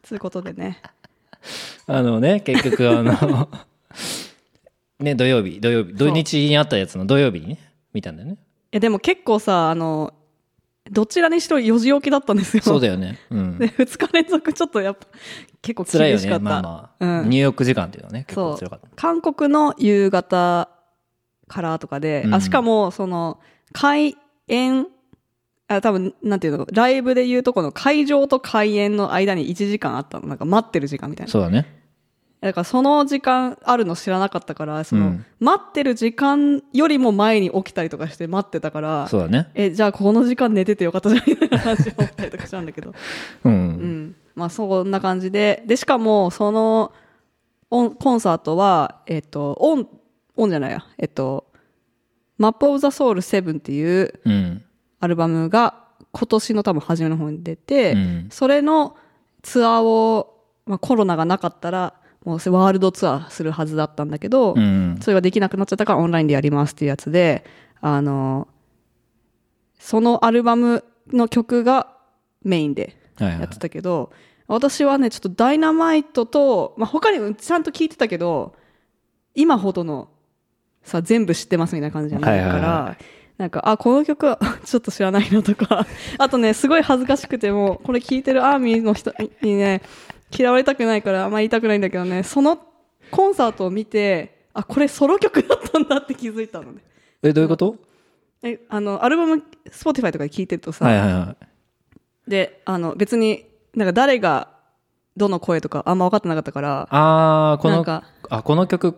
つうことでねあのね、結局、あの、ね、土曜日、土曜日、土日にあったやつの土曜日にね、見たんだよね。いやでも結構さあのどちらにしろ4時起きだったんですよそうだよね。う [LAUGHS] んで。2日連続ちょっとやっぱ結構辛い厳よしかね、ったまあまあ。うん入浴時間っていうのはね、結そ構う辛かった。韓国の夕方からとかで、うんあしかもその開演あ多分なんていうのライブでいうとこの会場と開演の間に1時間あったのなんか待ってる時間みたいなそうだね。だからその時間あるの知らなかったからその、うん待ってる時間よりも前に起きたりとかして待ってたからそうだね。えじゃあこの時間寝ててよかったじゃんみたいな話を思ったりとかしたんだけどう。うんん、まあそんな感じででしかもそのオンコンサートはえっとオンオンじゃないやえっと「マップ・オブ・ザ・ソウル7」っていううん。アルバムが今年の多分初めの方に出て、うんそれのツアーを、まあ、コロナがなかったらもうワールドツアーするはずだったんだけど、うん。それができなくなっちゃったからオンラインでやりますっていうやつで、あの、そのアルバムの曲がメインではいはやいって。たけど、私はね、ちょっとダイナマイトと、まあ、他にもちゃんと聞いてたけど、今ほどの、さ、全部知ってますみたいな感じじゃないから、はいはいはなんか、あ、この曲 [LAUGHS] はちょっと知らないなとか、 [LAUGHS] あとね、すごい恥ずかしくても、これ聞いてるアーミーの人にね、嫌われたくないから、あんま言いたくないんだけどね、そのコンサートを見て、あ、これソロ曲だったんだって気づいたのね。え、どういうことえ、あの、アルバム、Spotify とかで聞いてるとさ、はいはいはで、あの、別に、なんか誰が、どの声とかあんま分かってなかったからい。、あー、こなんの、か、あ、この曲、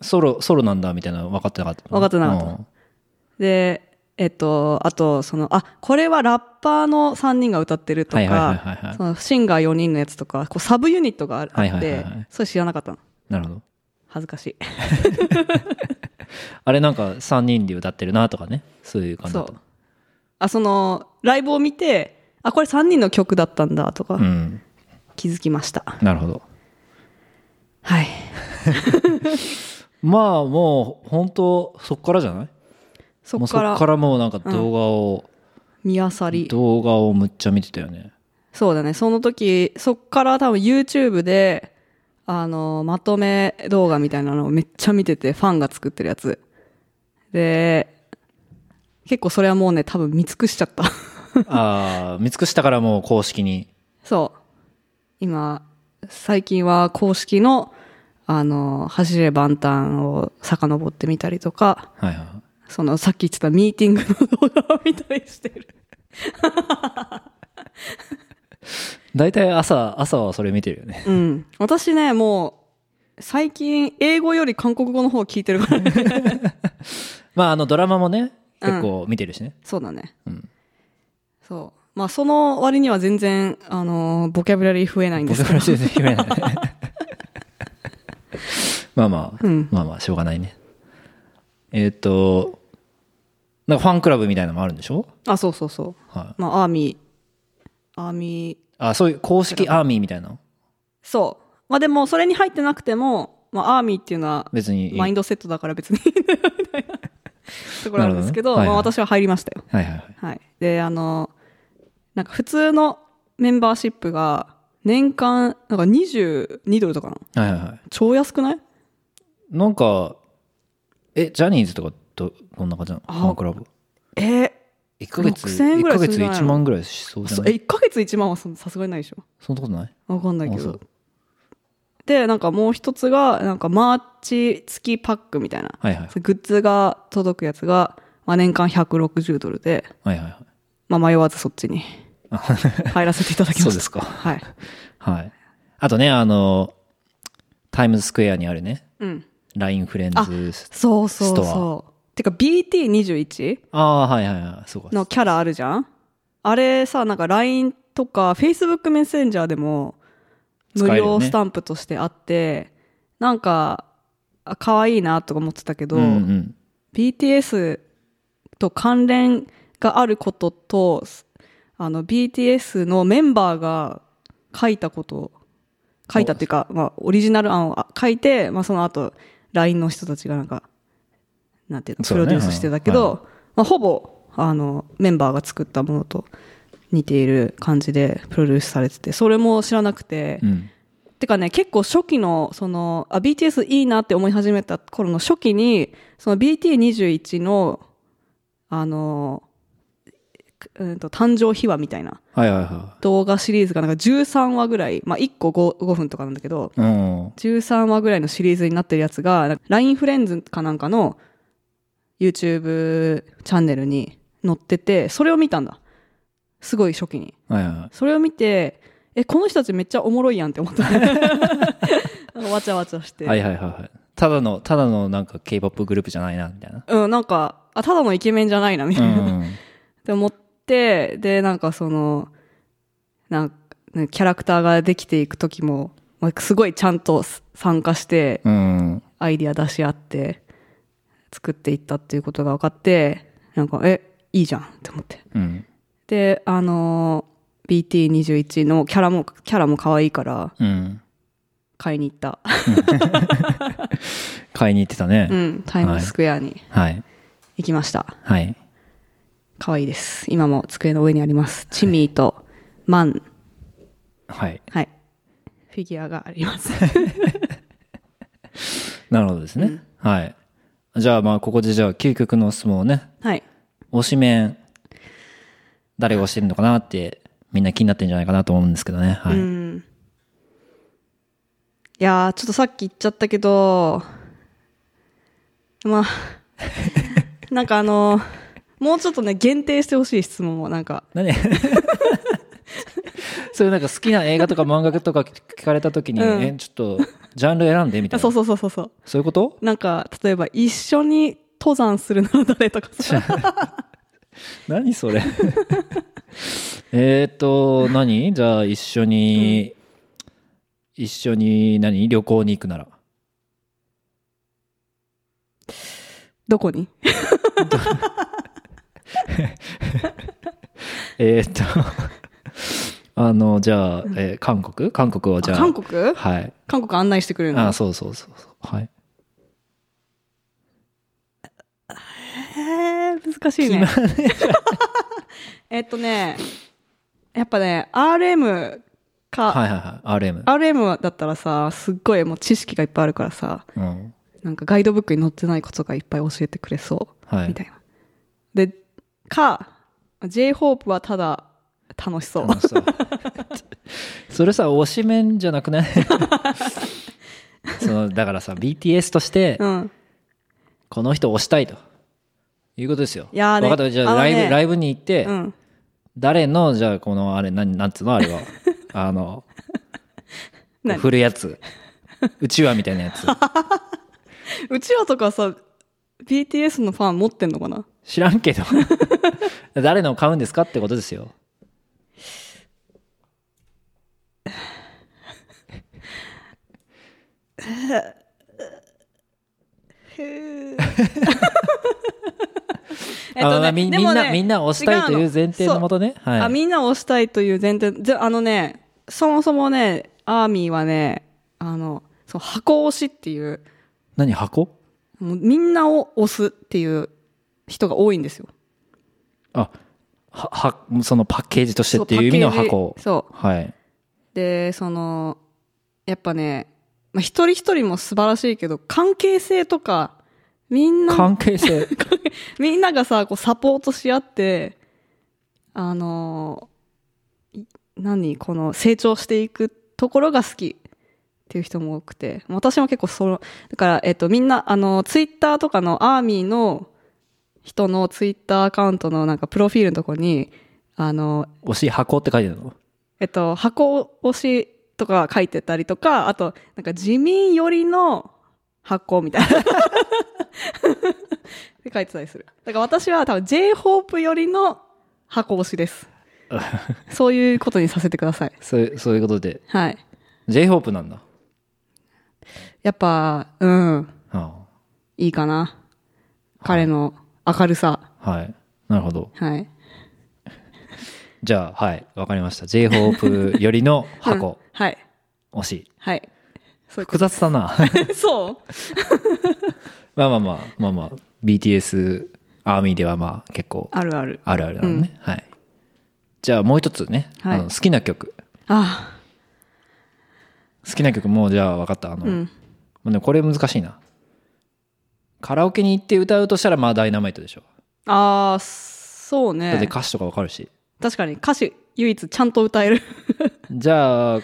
ソロ、ソロなんだみたいなの分かってなかった。分かってなかったで、えっと、あと、その、あ、これはラッパーの3人が歌ってるとはいはいはいはいはかい、そのシンガー4人のやつとか、こうサブユニットがああって、はいはいはいはいそれ知らなかったの。うんなるほど。恥ずかしい。あれなんか3人で歌ってるなとかね。そういう感じそだったう。。あ、その、ライブを見て、あ、これ3人の曲だったんだとかう、ん。気づきました。なるほど。はい。まあもう本当そっからじゃないそもこうそかっらからもうなんか動画を、見あさり。動画をむっちゃ見てたよ [LAUGHS] ねそうだね。その時、そっから多分 YouTube で、あの、まとめ動画みたいなのをめっちゃ見てて、ファンが作ってるやつ。で、結構それはもうね、多分見尽くしちゃった。 [LAUGHS] ああ見尽くしたからもう公式にそう。今、最近は公式の、あの、走れ万端を遡ってみたりとか、はいはそのさっき言ってたミーティングの動画を見たりしてる。大体朝、朝はそれ見てるよね。 [LAUGHS] うん。私ね、もう、最近、英語より韓国語の方を聞いてるから、ね、まあ、あの、ドラマもね、うん結構見てるしね。そうだね。うん。そう。まあ、その割には全然、あのーボキャブラリー増えないんで僕すのけど。話全然決めない。 [LAUGHS] まあまあ、うんまあまあ、しょうがないね。えっ、と、なんかファンクラブみたいなのもあるんでしょあ、そうそうそう。はい。まあ、アーミー、アーミー、あ、そういう公式アーミーみたいなのそう。まあ、でも、それに入ってなくても、まあ、アーミーっていうのは、別にいい。マインドセットだから別 [LAUGHS] に、みたいなところなんですけど、なるほどねはいはいまあ、私は入りましたよ。はいはいはい。はい。で、あの、なんか普通のメンバーシップが、年間、なんか22ドルとかな。はいはいはい。超安くないなんか、え、ジャニーズとかど、どんな感じなのあファンクラブ。えー1ヶ月、 6000円一ぐらいヶするん月じゃないの1万ぐらいしそうじゃそなえ、い1ヶ月1万はそさすがにないでしょ。そんなことないわかんないけあそどう。で、なんかもう一つが、なんかマーチ付きパックみたいな。はいはい。そうグッズが届くやつが、まあ、年間160ドルで、はいはいはい。まあ、迷わずそっちにあ入らせていただきました。そうですかはい。はい。あとね、あの、タイムズスクエアにあるね、うん。 LINE フレンあズ。そうそうストそう。てか BT21 ああー、はいはいはい。そうか。のキャラあるじゃんあれさ、なんか LINE とか Facebook メッセンジャーでも無使えるよ料ねスタンプとしてあって、なんか、あ可愛いなとか思ってたけど、うんうん。 BTS と関連があることと、あの BTS のメンバーが書いたこと、書いたっていうか、まあオリジナル案をあ書いて、まあその後 LINE の人たちがなんか、なんていうの、そプうだロねデュースしてたけど、うんまあほぼ、あの、メンバーが作ったものと似ている感じでプロデュースされてて、それも知らなくて、うん。てかね、結構初期の、その、あ、BTS いいなって思い始めた頃の初期に、その BT21 の、あの、くうんと、誕生秘話みたいなはいはいは動画シリーズがなんか13話ぐらい、まあ1個 5, 5分とかなんだけど、い。うん。 13話ぐらいのシリーズになってるやつが、なんか LINE フレンズかなんかの YouTube チャンネルに載ってて、それを見たんだ。すごい初期に。はいはいはい。それを見て、え、この人たちめっちゃおもろいやんって思 [LAUGHS] った。なんかわちゃわちゃして。はいはいはいはい。ただの、ただのなんか K-POP グループじゃないな、みたいな。うん、なんか、あ、ただのイケメンじゃないな、みたういんな。うっん。て思って、で、なんかその、なんか、ねキャラクターができていく時も、まあ、すごいちゃんと参加して、うんうん。アイディア出し合って、作っていったっていうことが分かって、なんか、え、いいじゃんって思って。うん。で、あの、BT21 のキャラも、キャラも可愛いから、うん。買いに行った。買いに行ってたね。うん、タイムズスクエアにはい。行きました。はい。可愛いです。今も机の上にあります。チミーとマン、はい。はい。フィギュアがあり [LAUGHS] ます。なるほどですね。はい。じゃあまあ、ここでじゃあ、究極の質問をね、はい。推しメン、誰が推してるのかなって、みんな気になってるんじゃないかなと思うんですけどね。はい。うん。いやー、ちょっとさっき言っちゃったけど、 [LAUGHS] まあ、なんかあの、もうちょっとね、限定してほしい質問を、なんか、何 [LAUGHS] そういうなんか好きな映画とか漫画とか聞かれた時に、うんえ、ちょっと、ジャンル選んでみたあいな。そうそうそうそうそう。そういうことなんか、例えば、一緒に登山するなら誰とかさ、何それ [LAUGHS] えーっと、何じゃあ一緒に、一緒に何旅行に行くなら。どこにえーっと、 [LAUGHS] あの、じゃあ、えー韓国韓国をあじゃあ。韓国はい。韓国案内してくれるのあ、そうそうそうそう。はい。えー、難しいね。 [LAUGHS] えっとね、やっぱね、RM か、はいはいはい。RM。 RM だったらさ、すっごいもう知識がいっぱいあるからさ、うん。なんかガイドブックに載ってないことがいっぱい教えてくれそう、はいみたいな。で、か、J-Hope はただ楽しそう。楽しそう [LAUGHS] それさ推しメンじゃなくない [LAUGHS] そのだからさ BTS としてうん。この人推したいということですよ。いやーね分かった。じゃああ、のラねイブ、ライブに行って、うん。誰の、じゃあ、この、あれ、なん、なんつうのあれは。あの、 [LAUGHS] 何振るやつ。うちわみたいなやつ。うちらとかさ、BTS のファン持ってんのかな知らんけど。 [LAUGHS] 誰のを買うんですかってことですよ。えっとねあみでもみねんな、みんな押したいという前提のもとね。違うのはあい。みんな押したいという前提ぜあのねそもそもねアーミーはねあのそう箱押しっていう何、箱もうみんなを押すっていう人が多いんですよあ、は、は、そのパッケージとしてっていう意味の箱そうパッケージ。そうはい。でそのやっぱね、まあ、一人一人も素晴らしいけど関係性とかみんな関係性。 [LAUGHS] みんながさこうサポートし合ってあのい何この成長していくところが好きっていう人も多くて私も結構そのだから、えっと、みんなあのツイッターとかのアーミーの人のツイッターアカウントのなんかプロフィールのとこにあの推し箱って書いてあるの [LAUGHS] えっと、箱押しとか書いてたりとか、あと、なんか自民寄りの箱みたいな。 [LAUGHS] って書いてたりする。だから私は多分 J-Hope 寄りの箱押しです。そういうことにさせてください。そういう、そういうことで。はい。 J-Hope なんだ。やっぱ、うん、あいいかな。彼の明るさ。あはい。なるほど。はい。じゃあ、はい。わかりました。J-Hope よりのうん箱、はい。推し。はい。 [LAUGHS] そういうこ複雑だな。 [LAUGHS] とそうまあまあまあ、まあまあ、BTS アーミーではまあ結構あるある。あるあるなのね。はい。じゃあもう一つね、はいあの好きな曲。あ好きな曲もうじゃあ分かった。あの、あ、うん。まあでもこれ難しいな。カラオケに行って歌うとしたらまあダイナマイトでしょ。ああ、そうね。だって歌詞とかわかるし。確かに歌詞唯一ちゃんと歌えるじゃあ、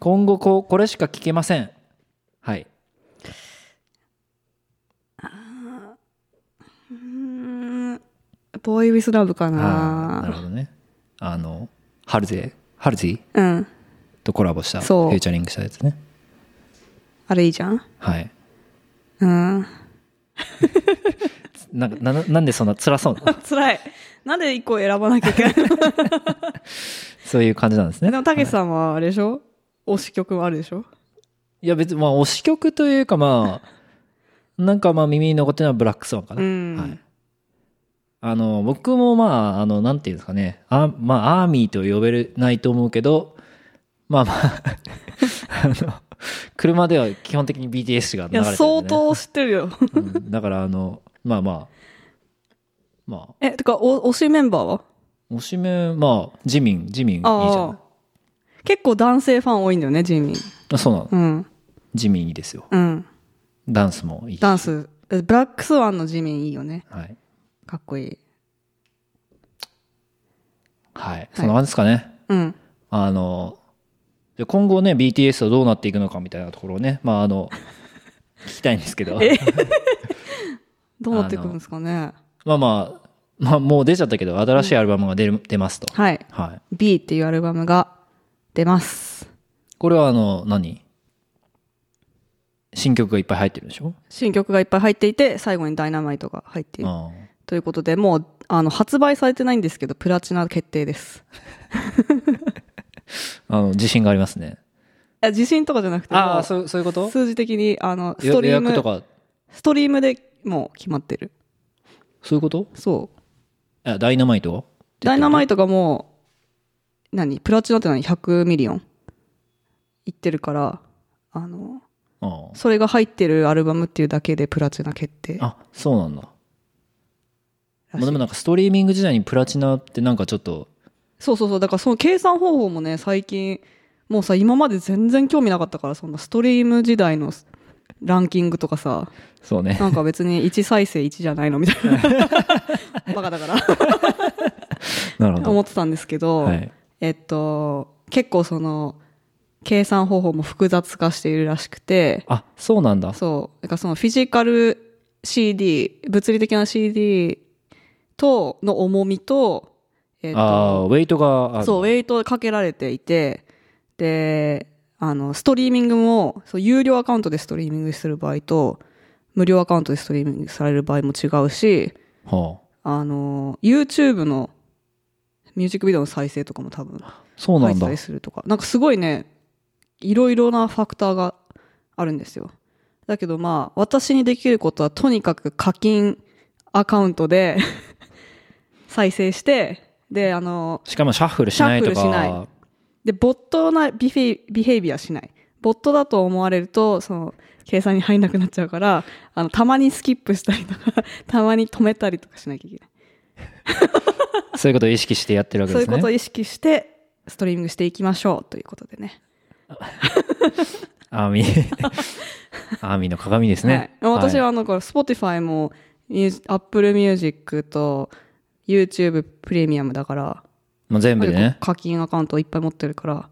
今後こうこれしか聴けません。はい。ボーイ・ウィス・ラブかあーなるなほどね。あの、ハルゼ、ハルゼィうんとコラボした、フそうューチャリングしたやつね。あれいいじゃんはい。うんなんかななんでそんな辛そうな [LAUGHS] 辛いなんで一個選ばなきゃいけないのそういう感じなんですね [LAUGHS] で。もたけしさんはあれでしょ推し曲もあるでしょいや別にまあ推し曲というかま [LAUGHS] あ、なんかまあ耳に残ってるのはブラックスワンかな。うんはい。あの、僕もまあ、あの、なんていうんですかね。あまあ、アーミーと呼べるないと思うけど、まあまあ、 [LAUGHS] あの、車では基本的に BTS が流いれやてるんで、ね。相当知ってるようんだからあの、まあまあ、ま [LAUGHS] えてかお推しメンバーはあ、おしめ、まあ、ジミン、ジミンいいじゃあんあ。結構男性ファン多いんだよねジミーあそうなの。うんジミンいいですよ。うんダンスもいいし。ダンスブラックスワンのジミーいいよねはい。かっこいいはい。そんな感じですかね。うんあの、で今後ね、BTS はどうなっていくのかみたいなところをね、まあ、あの、聞きたいんですけど、どうなってくるんですかね [LAUGHS] まあまあ、まあ、もう出ちゃったけど、新しいアルバムが出る出ますと。はいはい。 B っていうアルバムが出ます。これは、あの、何新曲がいっぱい入ってるでしょ新曲がいっぱい入っていて、最後にダイナマイトが入っている。あということで、もう、あの、発売されてないんですけど、プラチナ決定です。あの、自信がありますね。あ自信とかじゃなくて、あもあ、そう、そういうこうと数字的に、あの、ス予トリー約ムと、か、ストリームでもう決まってる。そういうことそう。あダイナマイトダイナマイトがもう、何プラチナって何 ?100 ミリオンいってるから、あの、あそれが入ってるアルバムっていうだけでプラチナ決定あ。あ、そうなんだ。らまあ、しでいもなんかストリーミング時代にプラチナってなんかちょっと、そうそうそう。だからその計算方法もね、最近、もうさ、今まで全然興味なかったから、そんなストリーム時代のランキングとかさ、そうね。なんか別に1再生1じゃないのみたいな。 [LAUGHS] バカだからなるほ思ど。ってたんですけど、はい。えっと、結構その、計算方法も複雑化しているらしくて、あ、そうなんだ。そう。だからそのフィジカル CD、物理的な CD との重みと,、えっとあーウェイトがあるそう、ウェイトかけられていて、で、あの、ストリーミングも、そう、有料アカウントでストリーミングする場合と、無料アカウントでストリーミングされる場合も違うし、はああの、YouTube のミュージックビデオの再生とかも多分、そうな入っんてだたりするとか。なんかすごいね、いろいろなファクターがあるんですよ。だけどまあ、私にできることはとにかく課金アカウントで [LAUGHS] 再生して、で、あの、しかもシャッフルしないとかシャッフルしないで、ボットなビフェビヘイビアしない。ボットだと思われると、その、計算に入んなくなっちゃうから、あの、たまにスキップしたりとか、 [LAUGHS] たまに止めたりとかしなきゃいけない。そういうことを意識してやってるわけそうでいうすねことを意識して、ストリーミングしていきましょうということでね。アー [LAUGHS] ミーアーミーの鏡ですね、はい、私いはあの、これ Spotify も、ミュージ Apple Music と YouTube プレミアムだから、もう全部でね課金アカウントいっぱい持ってるから、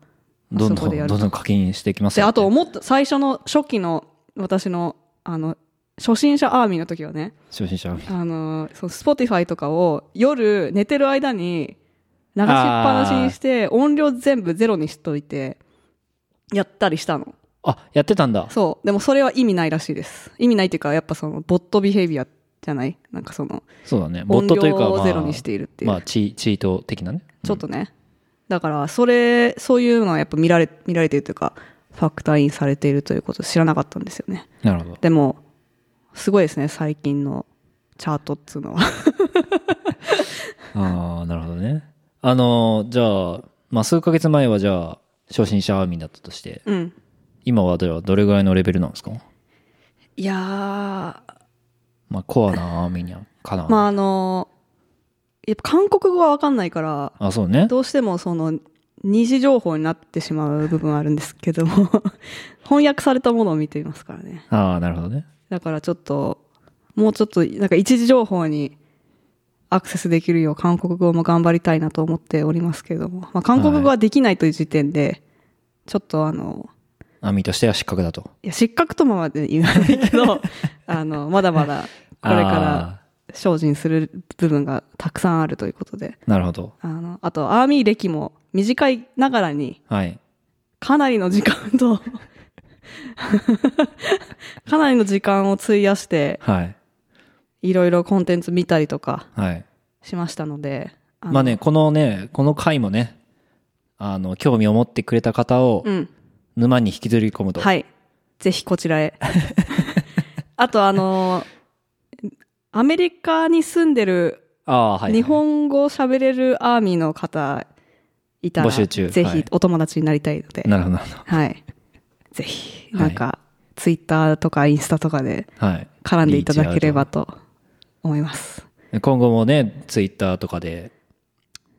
どんあそどこんでやどるんとどん課金していきますで、よあと思った、最初の初期の私の、あの、初心者アーミーの時はね、初心者アーミーあの、そう、Spotify とかを夜寝てる間に流しっぱなしにして、音量全部ゼロにしといて、やったりしたの。あやってたんだそう。でもそれは意味ないらしいです。意味ないっていうか、やっぱその、ボットビヘイビアじゃないなんかその、そうだねボ音ットというか量まをあゼロにしているっていう。まあチチート的なねちょっとね。だから、それ、そういうのはやっぱ見られ、見られているというか、ファクターインされているということ知らなかったんですよね。なるほどでも、すごいですね、最近のチャートっつうのは。ああなるほどねあのじゃあまあ数ヶ月前はじゃあ初心者アーミーだったとしてうん。今はじゃあどれぐらいのレベルなんですかいやー、まあコアなアーミーにゃかな、まああの、やっぱ韓国語はわかんないから、あそうねどうしてもその、二次情報になってしまう部分はあるんですけども、 [LAUGHS] 翻訳されたものを見ていますからね。ああなるほどねだからちょっと、もうちょっと、なんか一時情報にアクセスできるよう韓国語も頑張りたいなと思っておりますけれども、まあ、韓国語はできないという時点で、ちょっとあの、アーミーとしては失格だといや、失格とままで言わないけど、あの、まだまだこれからあ精進する部分がたくさんあるということで、ーなるほどあの、あと、アーミー歴も短いながらに、はいかなりの時間と、 [LAUGHS] かなりの時間を費やして、はいいろいろコンテンツ見たりとかはいしましたので。のまあ。ねこのねこの回もねあの興味を持ってくれた方をうん。沼に引きずり込むと、はい。ぜひこちら [LAUGHS] へ。あとあのーアメリカに住んでるああはい、はい、日本語喋れるアーミーの方いたら、募集中ぜはひいお友達になりたいので、なるほどなるほはい。ぜひ、はないんか、ツイッターとかインスタとかでどはい絡んでいただければと思います。今後もねツイッターとかで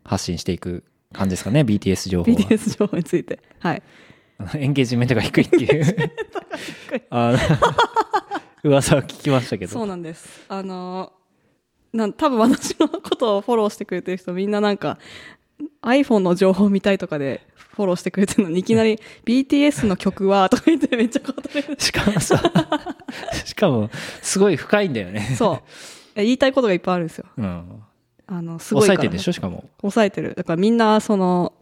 発信していく感じですかね BTS 情報は BTS 情報について。はい。あの [LAUGHS] エンゲージメントが低いっていうあの [LAUGHS] 噂を聞きましたけどそうなんです。あの、なん多分私のことをフォローしてくれてる人みんななんか iPhone の情報見たいとかでフォローしてくれてるのにいきな [LAUGHS] り BTS の曲はとか言ってめっちゃこと言うしかも [LAUGHS] さしかもすごい深いんだよね、そう。え言いたいことがいっぱいあるんですよ。うん、あの、すごいか抑らえてるでしょしかも抑えてる。だからみんなその、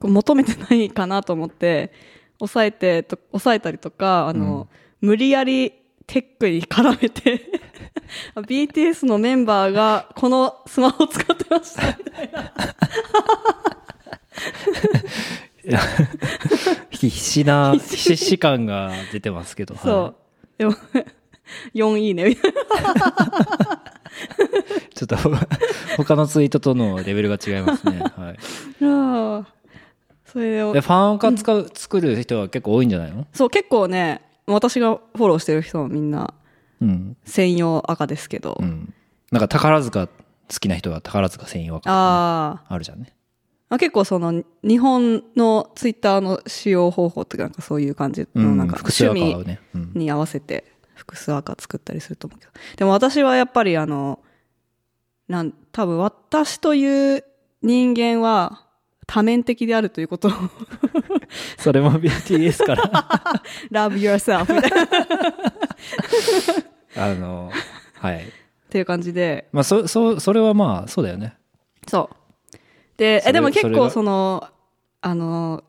求めてないかなと思って、抑えてと、抑えたりとか、あの、無理やりテックに絡めて、BTS のメンバーがこのスマホを使ってました。必死な必死必死感が出てますけど、そう。でも、4いいね、 [LAUGHS] みたいな。はいちょっと [LAUGHS] 他のツイートとのレベルが違いますね、はい、あー [LAUGHS] それでを、ファンアカ使う作る人は結構多いんじゃないの、そう、結構ね、私がフォローしてる人もみんなうん専用赤ですけど、うん、なんか宝塚好きな人は宝塚専用アカああるじゃんねあ、結構その、日本のツイッターの使用方法ってなんかそういう感じうの、なんん、か複数趣アカ味をね、うん、に合わせて複数赤作ったりすると思うけど。でも私はやっぱりあの、なん、多分私という人間は多面的であるということを [LAUGHS] それも BTS から love yourself みたいなあのはいってっていう感じで、まあ、そ、そ、それはまあ、そうだよね。そう。で、そえ、れでも結それ構がその、あの、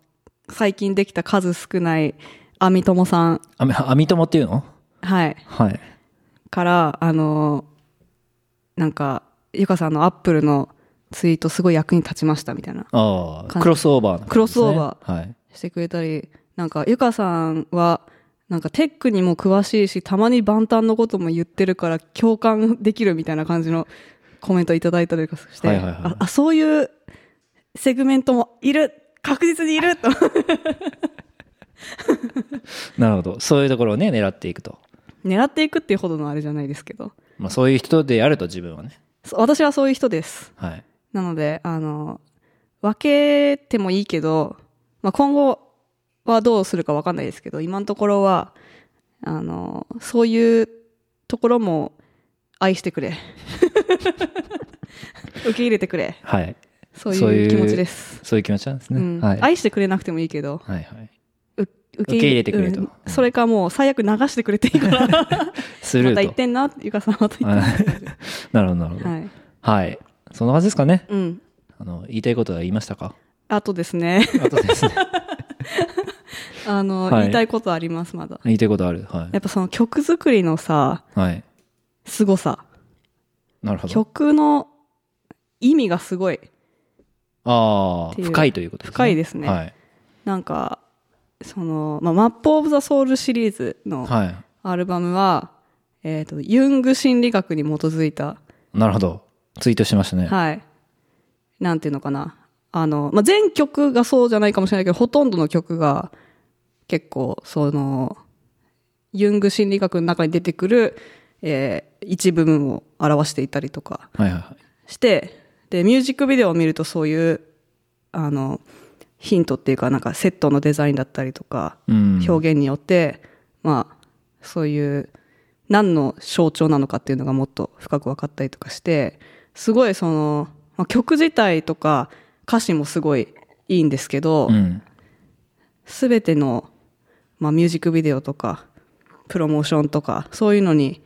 最近できた数少ない、アミトモさん、あみ、あみともっていうのはい、はい。から、あの、なんか、ゆかさんのアップルのツイートすごい役に立ちましたみたいな、ああ、感じクロスオーバーな感じですねクロスオーバはい。してくれたり、なんか、ゆかさんは、なんかテックにも詳しいし、たまに万端のことも言ってるから共感できるみたいな感じのコメントいただいたりとかして、はいはいはいはいああ、そういうセグメントもいる確実にいると [LAUGHS] なるほど。そういうところをね、狙っていくと。狙っていくっていうほどのあれじゃないですけどまあ、そういう人であると自分はね。そ私はそういう人ですはい。なのであの分けてもいいけど、まあ、今後はどうするか分かんないですけど今のところはあのそういうところも愛してくれ [LAUGHS] 受け入れてくれはい。そうそういいうう気持ちですそういう気持ちなんですね。うんはい。はい愛してくれなくてもいいけどはい。う受受け入れてくれとうんそれかもう最悪流してくれていいから [LAUGHS] まスルーと。た言ってんなゆかさんまた言ってんな [LAUGHS] なるほど、なるほど。はい。はい。そんな感じですかね。うん。あの、言いたいことは言いましたかあとですね、あと [LAUGHS] ですね。あの、はい言いたいことあります、まだ。言いたいことある。はやっぱその曲作りのさ、い。はい。凄さ。なるほど。曲の意味がすごい。あっていあ、う深いということですね。深いですねはい。なんか、その、まあ、マップ・オブ・ザ・ソウルシリーズのはアルバムは、えっ、と、ユング心理学に基づいた、い。なるほど。ツイートしましたね。はい。なんていうのかな。あの、まあ、全曲がそうじゃないかもしれないけど、ほとんどの曲が結構、その、ユング心理学の中に出てくる、えー一部分を表していたりとかはいはいはい。して、で、ミュージックビデオを見るとそういう、あの、ヒントっていうか、なんかセットのデザインだったりとか、うん。表現によって、まあ、そういう何の象徴なのかっていうのがもっと深く分かったりとかしてすごいその、まあ、曲自体とか歌詞もすごいいいんですけど、うん。全ての、まあ、ミュージックビデオとかプロモーションとかそういうのに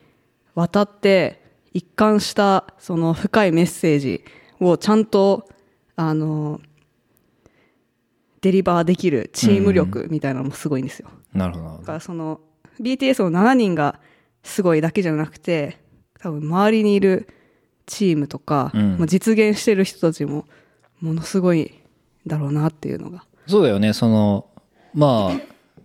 渡って一貫したその深いメッセージをちゃんとあのデリバーできるチーム力みたいなのもすごいんですよ。なるほどなるだほかど。らその BTS の7人がすごいだけじゃなくて多分周りにいるチームとか、うんまあ、実現してる人たちもものすごいだろうなっていうのがそうだよね。その、まあ、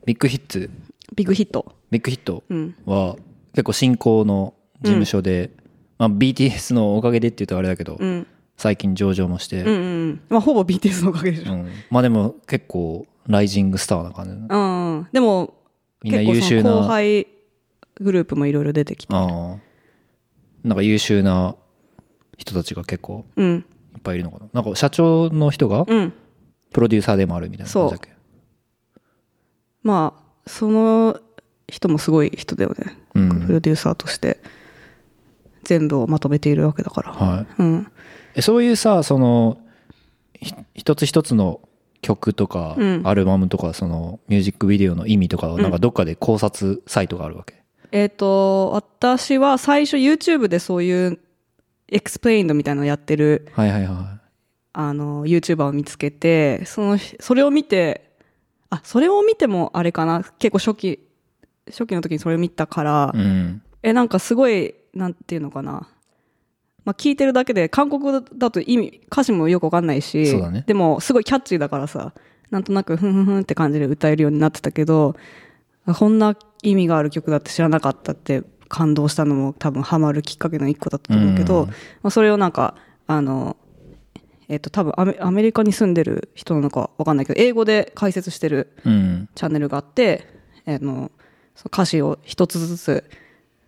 ビッグヒッツ、ビッグヒット、ビッグヒットうん、は結構新興の事務所で、まあ、BTS のおかげでっていうとあれだけど、うん最近上場もして、うんうんうんまあほぼ BTS のおかげでしょ、うんまあでも結構ライジングスターな感じなうんでもみんな結構優秀そなの後輩グループもいろいろ出てきてああなんか優秀な人たちが結構うんいっぱいいるのかななんか社長の人がうんプロデューサーでもあるみたいな感じだっけまあその人もすごい人だよね、うんプロデューサーとして全部をまとめているわけだから、はいうんえそういうさそのひ一つ一つの曲とか、うんアルバムとかそのミュージックビデオの意味とかはなんかどっかで考察サイトがあるわけ、えっ、と、私は最初 YouTube でそういうエクスプレインドみたいなのやってる、はいはいはあの、YouTuber を見つけて、その、それを見て、あ、それを見てもあれかな、結構初期、初期の時にそれを見たから、いうんえ、なんかすごい、なんていうのかな。まあ聞いてるだけで、韓国語だと意味、歌詞もよくわかんないし、そうだねでもすごいキャッチーだからさ、なんとなくふんふんふんって感じで歌えるようになってたけど、あこんな意味がある曲だって知らなかったって感動したのも多分ハマるきっかけの一個だったと思うけど、うんまあそれをなんか、あの、えっと多分アメアメリカに住んでる人なのかわかんないけど、英語で解説してるうんチャンネルがあって、あの、その歌詞を一つずつ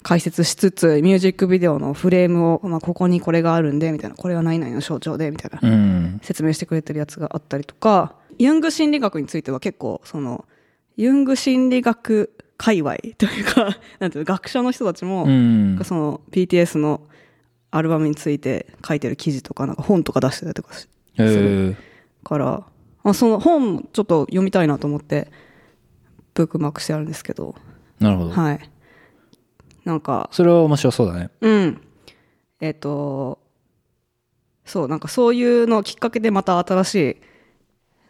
解説しつつ、ミュージックビデオのフレームを、まあ、ここにこれがあるんで、みたいな、これは何々の象徴で、みたいな、うん説明してくれてるやつがあったりとか、ユング心理学については結構、その、ユング心理学界隈というか、 [LAUGHS] なんていうの、学者の人たちも、うんその BTS のアルバムについて書いてる記事とか、なんか本とか出してたりとかしへーから、あその本もちょっと読みたいなと思って、ブックマークしてあるんですけど、なるほどはい。なんか、それは面白そうだねうん。えっ、とそうなんかそういうのをきっかけでまた新しい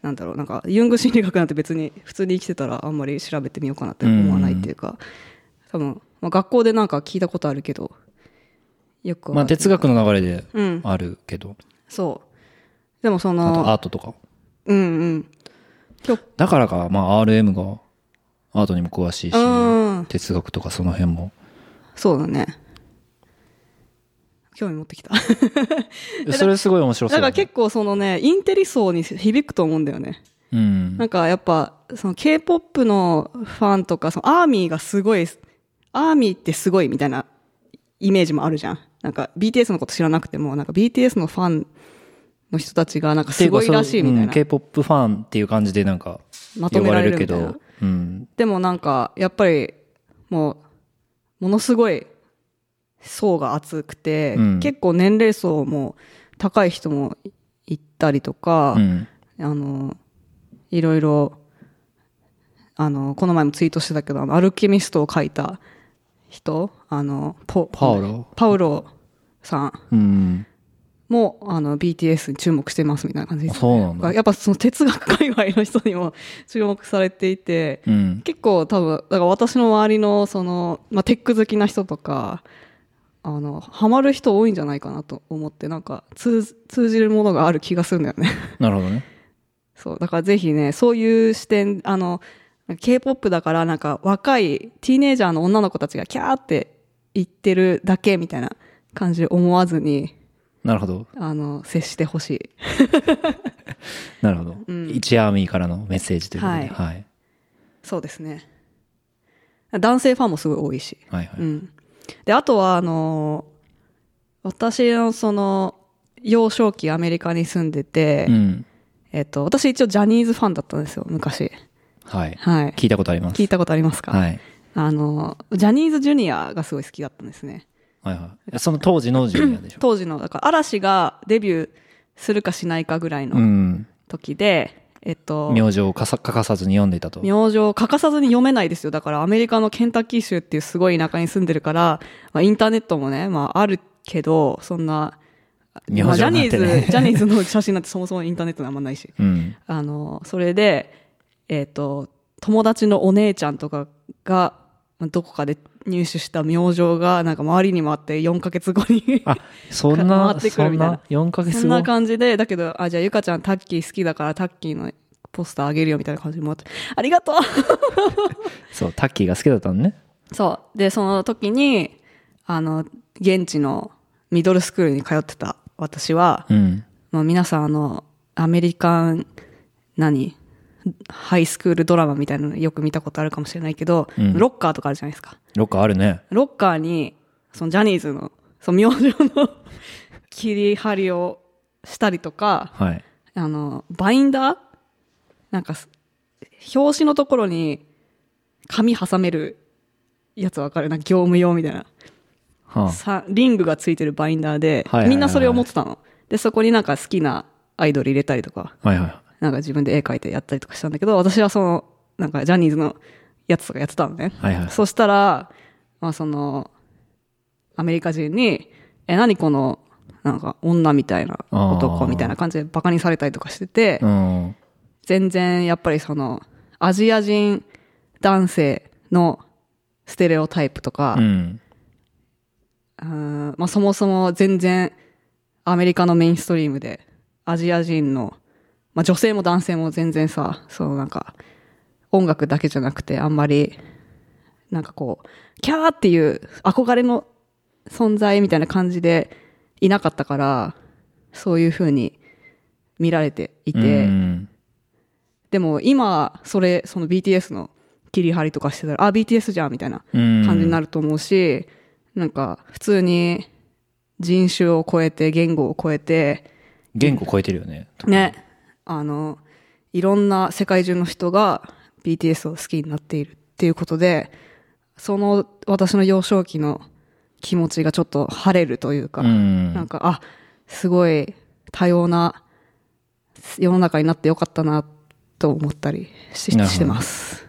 なんだろうなんかユング心理学なんて別に普通に生きてたらあんまり調べてみようかなって思わないっていうか、多分、まあ、学校でなんか聞いたことあるけどよくわまかんなあい哲学の流れでうんあるけど、そうでもそあとのアートとか。うんうんだからか、まあ RM がアートにも詳しいし、うん哲学とかその辺も。そうだね興味持ってきたそれすごい面白そだかうだ、らね。結構そのね、インテリ層に響くと思うんだよね。うんな。んかやっぱ、その K-POP のファンとか、そのアーミーがすごい、アーミーってすごいみたいなイメージもあるじゃん。なんか BTS のこと知らなくても、なんか BTS のファンの人たちがなんかすごいらしいみたいうんな。 K-POP ファンっていう感じでなんかまと呼めばられれるるけみたいなど、うん。でもなんか、やっぱり、もう、ものすごい層が厚くて、うん結構年齢層も高い人もいたりとか、うん。あの、いろいろ、あの、この前もツイートしてたけど、あのアルケミストを書いた人、あの、ポパウロパウロさんうん。も、あの、BTS に注目してますみたいな感じであす。そうなんだ。やっぱその哲学界隈の人にも注目されていて、うん。結構多分、だから私の周りの、その、まあ、テック好きな人とか、あの、ハマる人多いんじゃないかなと思って、なんか通ず、通じるものがある気がするんだよね。 [LAUGHS] なるほどね。そう、だからぜひね、そういう視点、あの、K-POP だからなんか若いティーネイジャーの女の子たちがキャーって言ってるだけみたいな感じで思わずに、なるほど。あの、接してほしい。なるほど。一アーミーからのメッセージということで。はは。いいはい。そうですね。男性ファンもすごい多いし。はいはうい。ん。で、あとはあの、私のその、幼少期アメリカに住んでて、うん。えっと、私一応ジャニーズファンだったんですよ、昔。はい。はい。聞いたことあります。聞いたことありますかはい。あの、ジャニーズジュニアがすごい好きだったんですね。はいはい。その当時のジュニアでしょ。当時の、だから嵐がデビューするかしないかぐらいうのん。時で、えっと、名字をかさ欠かさずに読んでいたと。明星を欠かさずに読めないですよ。だからアメリカのケンタッキー州っていうすごい田舎に住んでるから、まあ、インターネットもね、まああるけど、そんな、明まあ星ジャなんニーてズ、ねジャニーズの写真なんてそもそもインターネットにあんまないし。うん。あの、それで、えっ、と、友達のお姉ちゃんとかが、まあどこかで入手した明星が、なんか周りに回って4ヶ月後に。あ、そん回な、ってくそるんみたいなな、4ヶそ月んな後。感じで、だけど、あ、じゃあゆかちゃんタッキー好きだからタッキーのポスターあげるよみたいな感じでもらって、ありがとうそう、タッキーが好きだったのね。そう。で、その時に、あの、現地のミドルスクールに通ってた私は、うん。もう皆さんあの、アメリカン、何ハイスクールドラマみたいなのよく見たことあるかもしれないけど、うんロッカーとかあるじゃないですか。ロッカーあるね。ロッカーに、そのジャニーズの、その明星の切り張りをしたりとか、はい。あの、バインダーなんかす、表紙のところに紙挟めるやつわかるなんか業務用みたいな。はさリングがついてるバインダーではいはいはいは、いみんなそれを持ってたの。で、そこになんか好きなアイドル入れたりとか、あ、はいはい。なんか自分で絵描いてやったりとかしたんだけど、私はその、なんかジャニーズのやつとかやってたのね。はいはい。そしたら、まあその、アメリカ人に、え、何この、なんか女みたいな男みたいな感じでバカにされたりとかしてて、うん。全然やっぱりそのアジア人男性のステレオタイプとかう、ん。うーんまあ、そもそも全然アメリカのメインストリームでアジア人の、まあ、女性も男性も全然さそのなんか音楽だけじゃなくてあんまりなんかこうキャーっていう憧れの存在みたいな感じでいなかったからそういうふうに見られていて。うんでも今、それ、その BTS の切り張りとかしてたら、あ、BTS じゃんみたいなうん。感じになると思うし、なんか、普通に人種を超えて、言語を超えて、言語超えてるよね。ね、あの、いろんな世界中の人が BTS を好きになっているっていうことで、その私の幼少期の気持ちがちょっと晴れるというか、うん。なんか、あ、すごい多様な世の中になってよかったなと思ったりしなるほどしてます。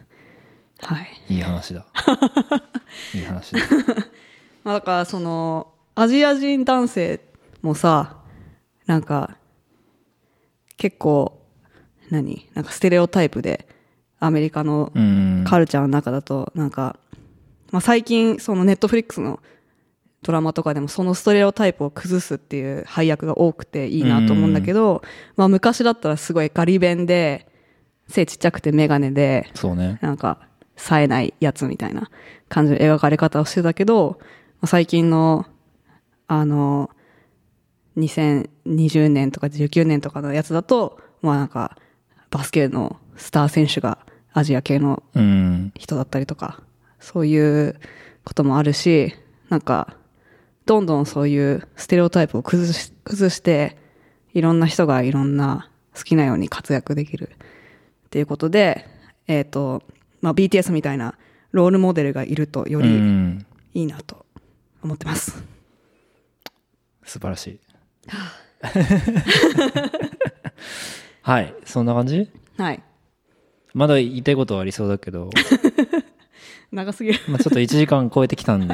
はい。 [LAUGHS] いい話だ。いい話だ。まあ、だから、その、アジア人男性もさ、なんか、結構、何なんかステレオタイプで、アメリカのうん。カルチャーの中だと、なんか、まあ、最近、そのネットフリックスのドラマとかでもそのストレオタイプを崩すっていう配役が多くていいなと思うんだけど、まあ昔だったらすごいガリ弁で、背ちっちゃくてメガネで、そうね。なんか、冴えないやつみたいな感じの描かれ方をしてたけど、まあ最近の、あの、2020年とか19年とかのやつだと、まあなんか、バスケのスター選手がアジア系のうん。人だったりとか、そういうこともあるし、なんか、どんどんそういうステレオタイプを崩し崩して、いろんな人がいろんな好きなように活躍できるっていうことで、えっ、と、まあ、BTS みたいなロールモデルがいるとようりん。いいなと思ってます。素晴らしい。 [LAUGHS] はい。そんな感じはい。まだ言いたいことはありそうだけど、長すぎる。まあちょっと1時間超えてきた [LAUGHS] んで、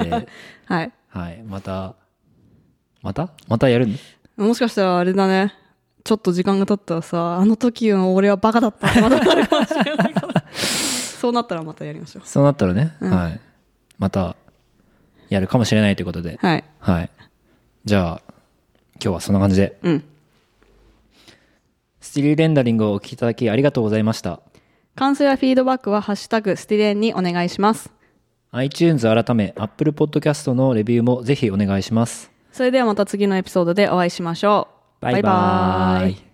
はい。はい。また、またまたやるのもしかしたらあれだね。ちょっと時間が経ったらさ、あの時の俺はバカだったってまたなるかもしれない [LAUGHS] から。そうなったらまたやりましょう。そうなったらね、うんはい。また、やるかもしれないということで、はい。はい。じゃあ、今日はそんな感じで。うん。スティリーレンダリングをお聞きいただきありがとうございました。感想やフィードバックはハッシュタグスティレンにお願いします。 iTunes 改め Apple Podcast のレビューもぜひお願いします。それではまた次のエピソードでお会いしましょう。バイバーイ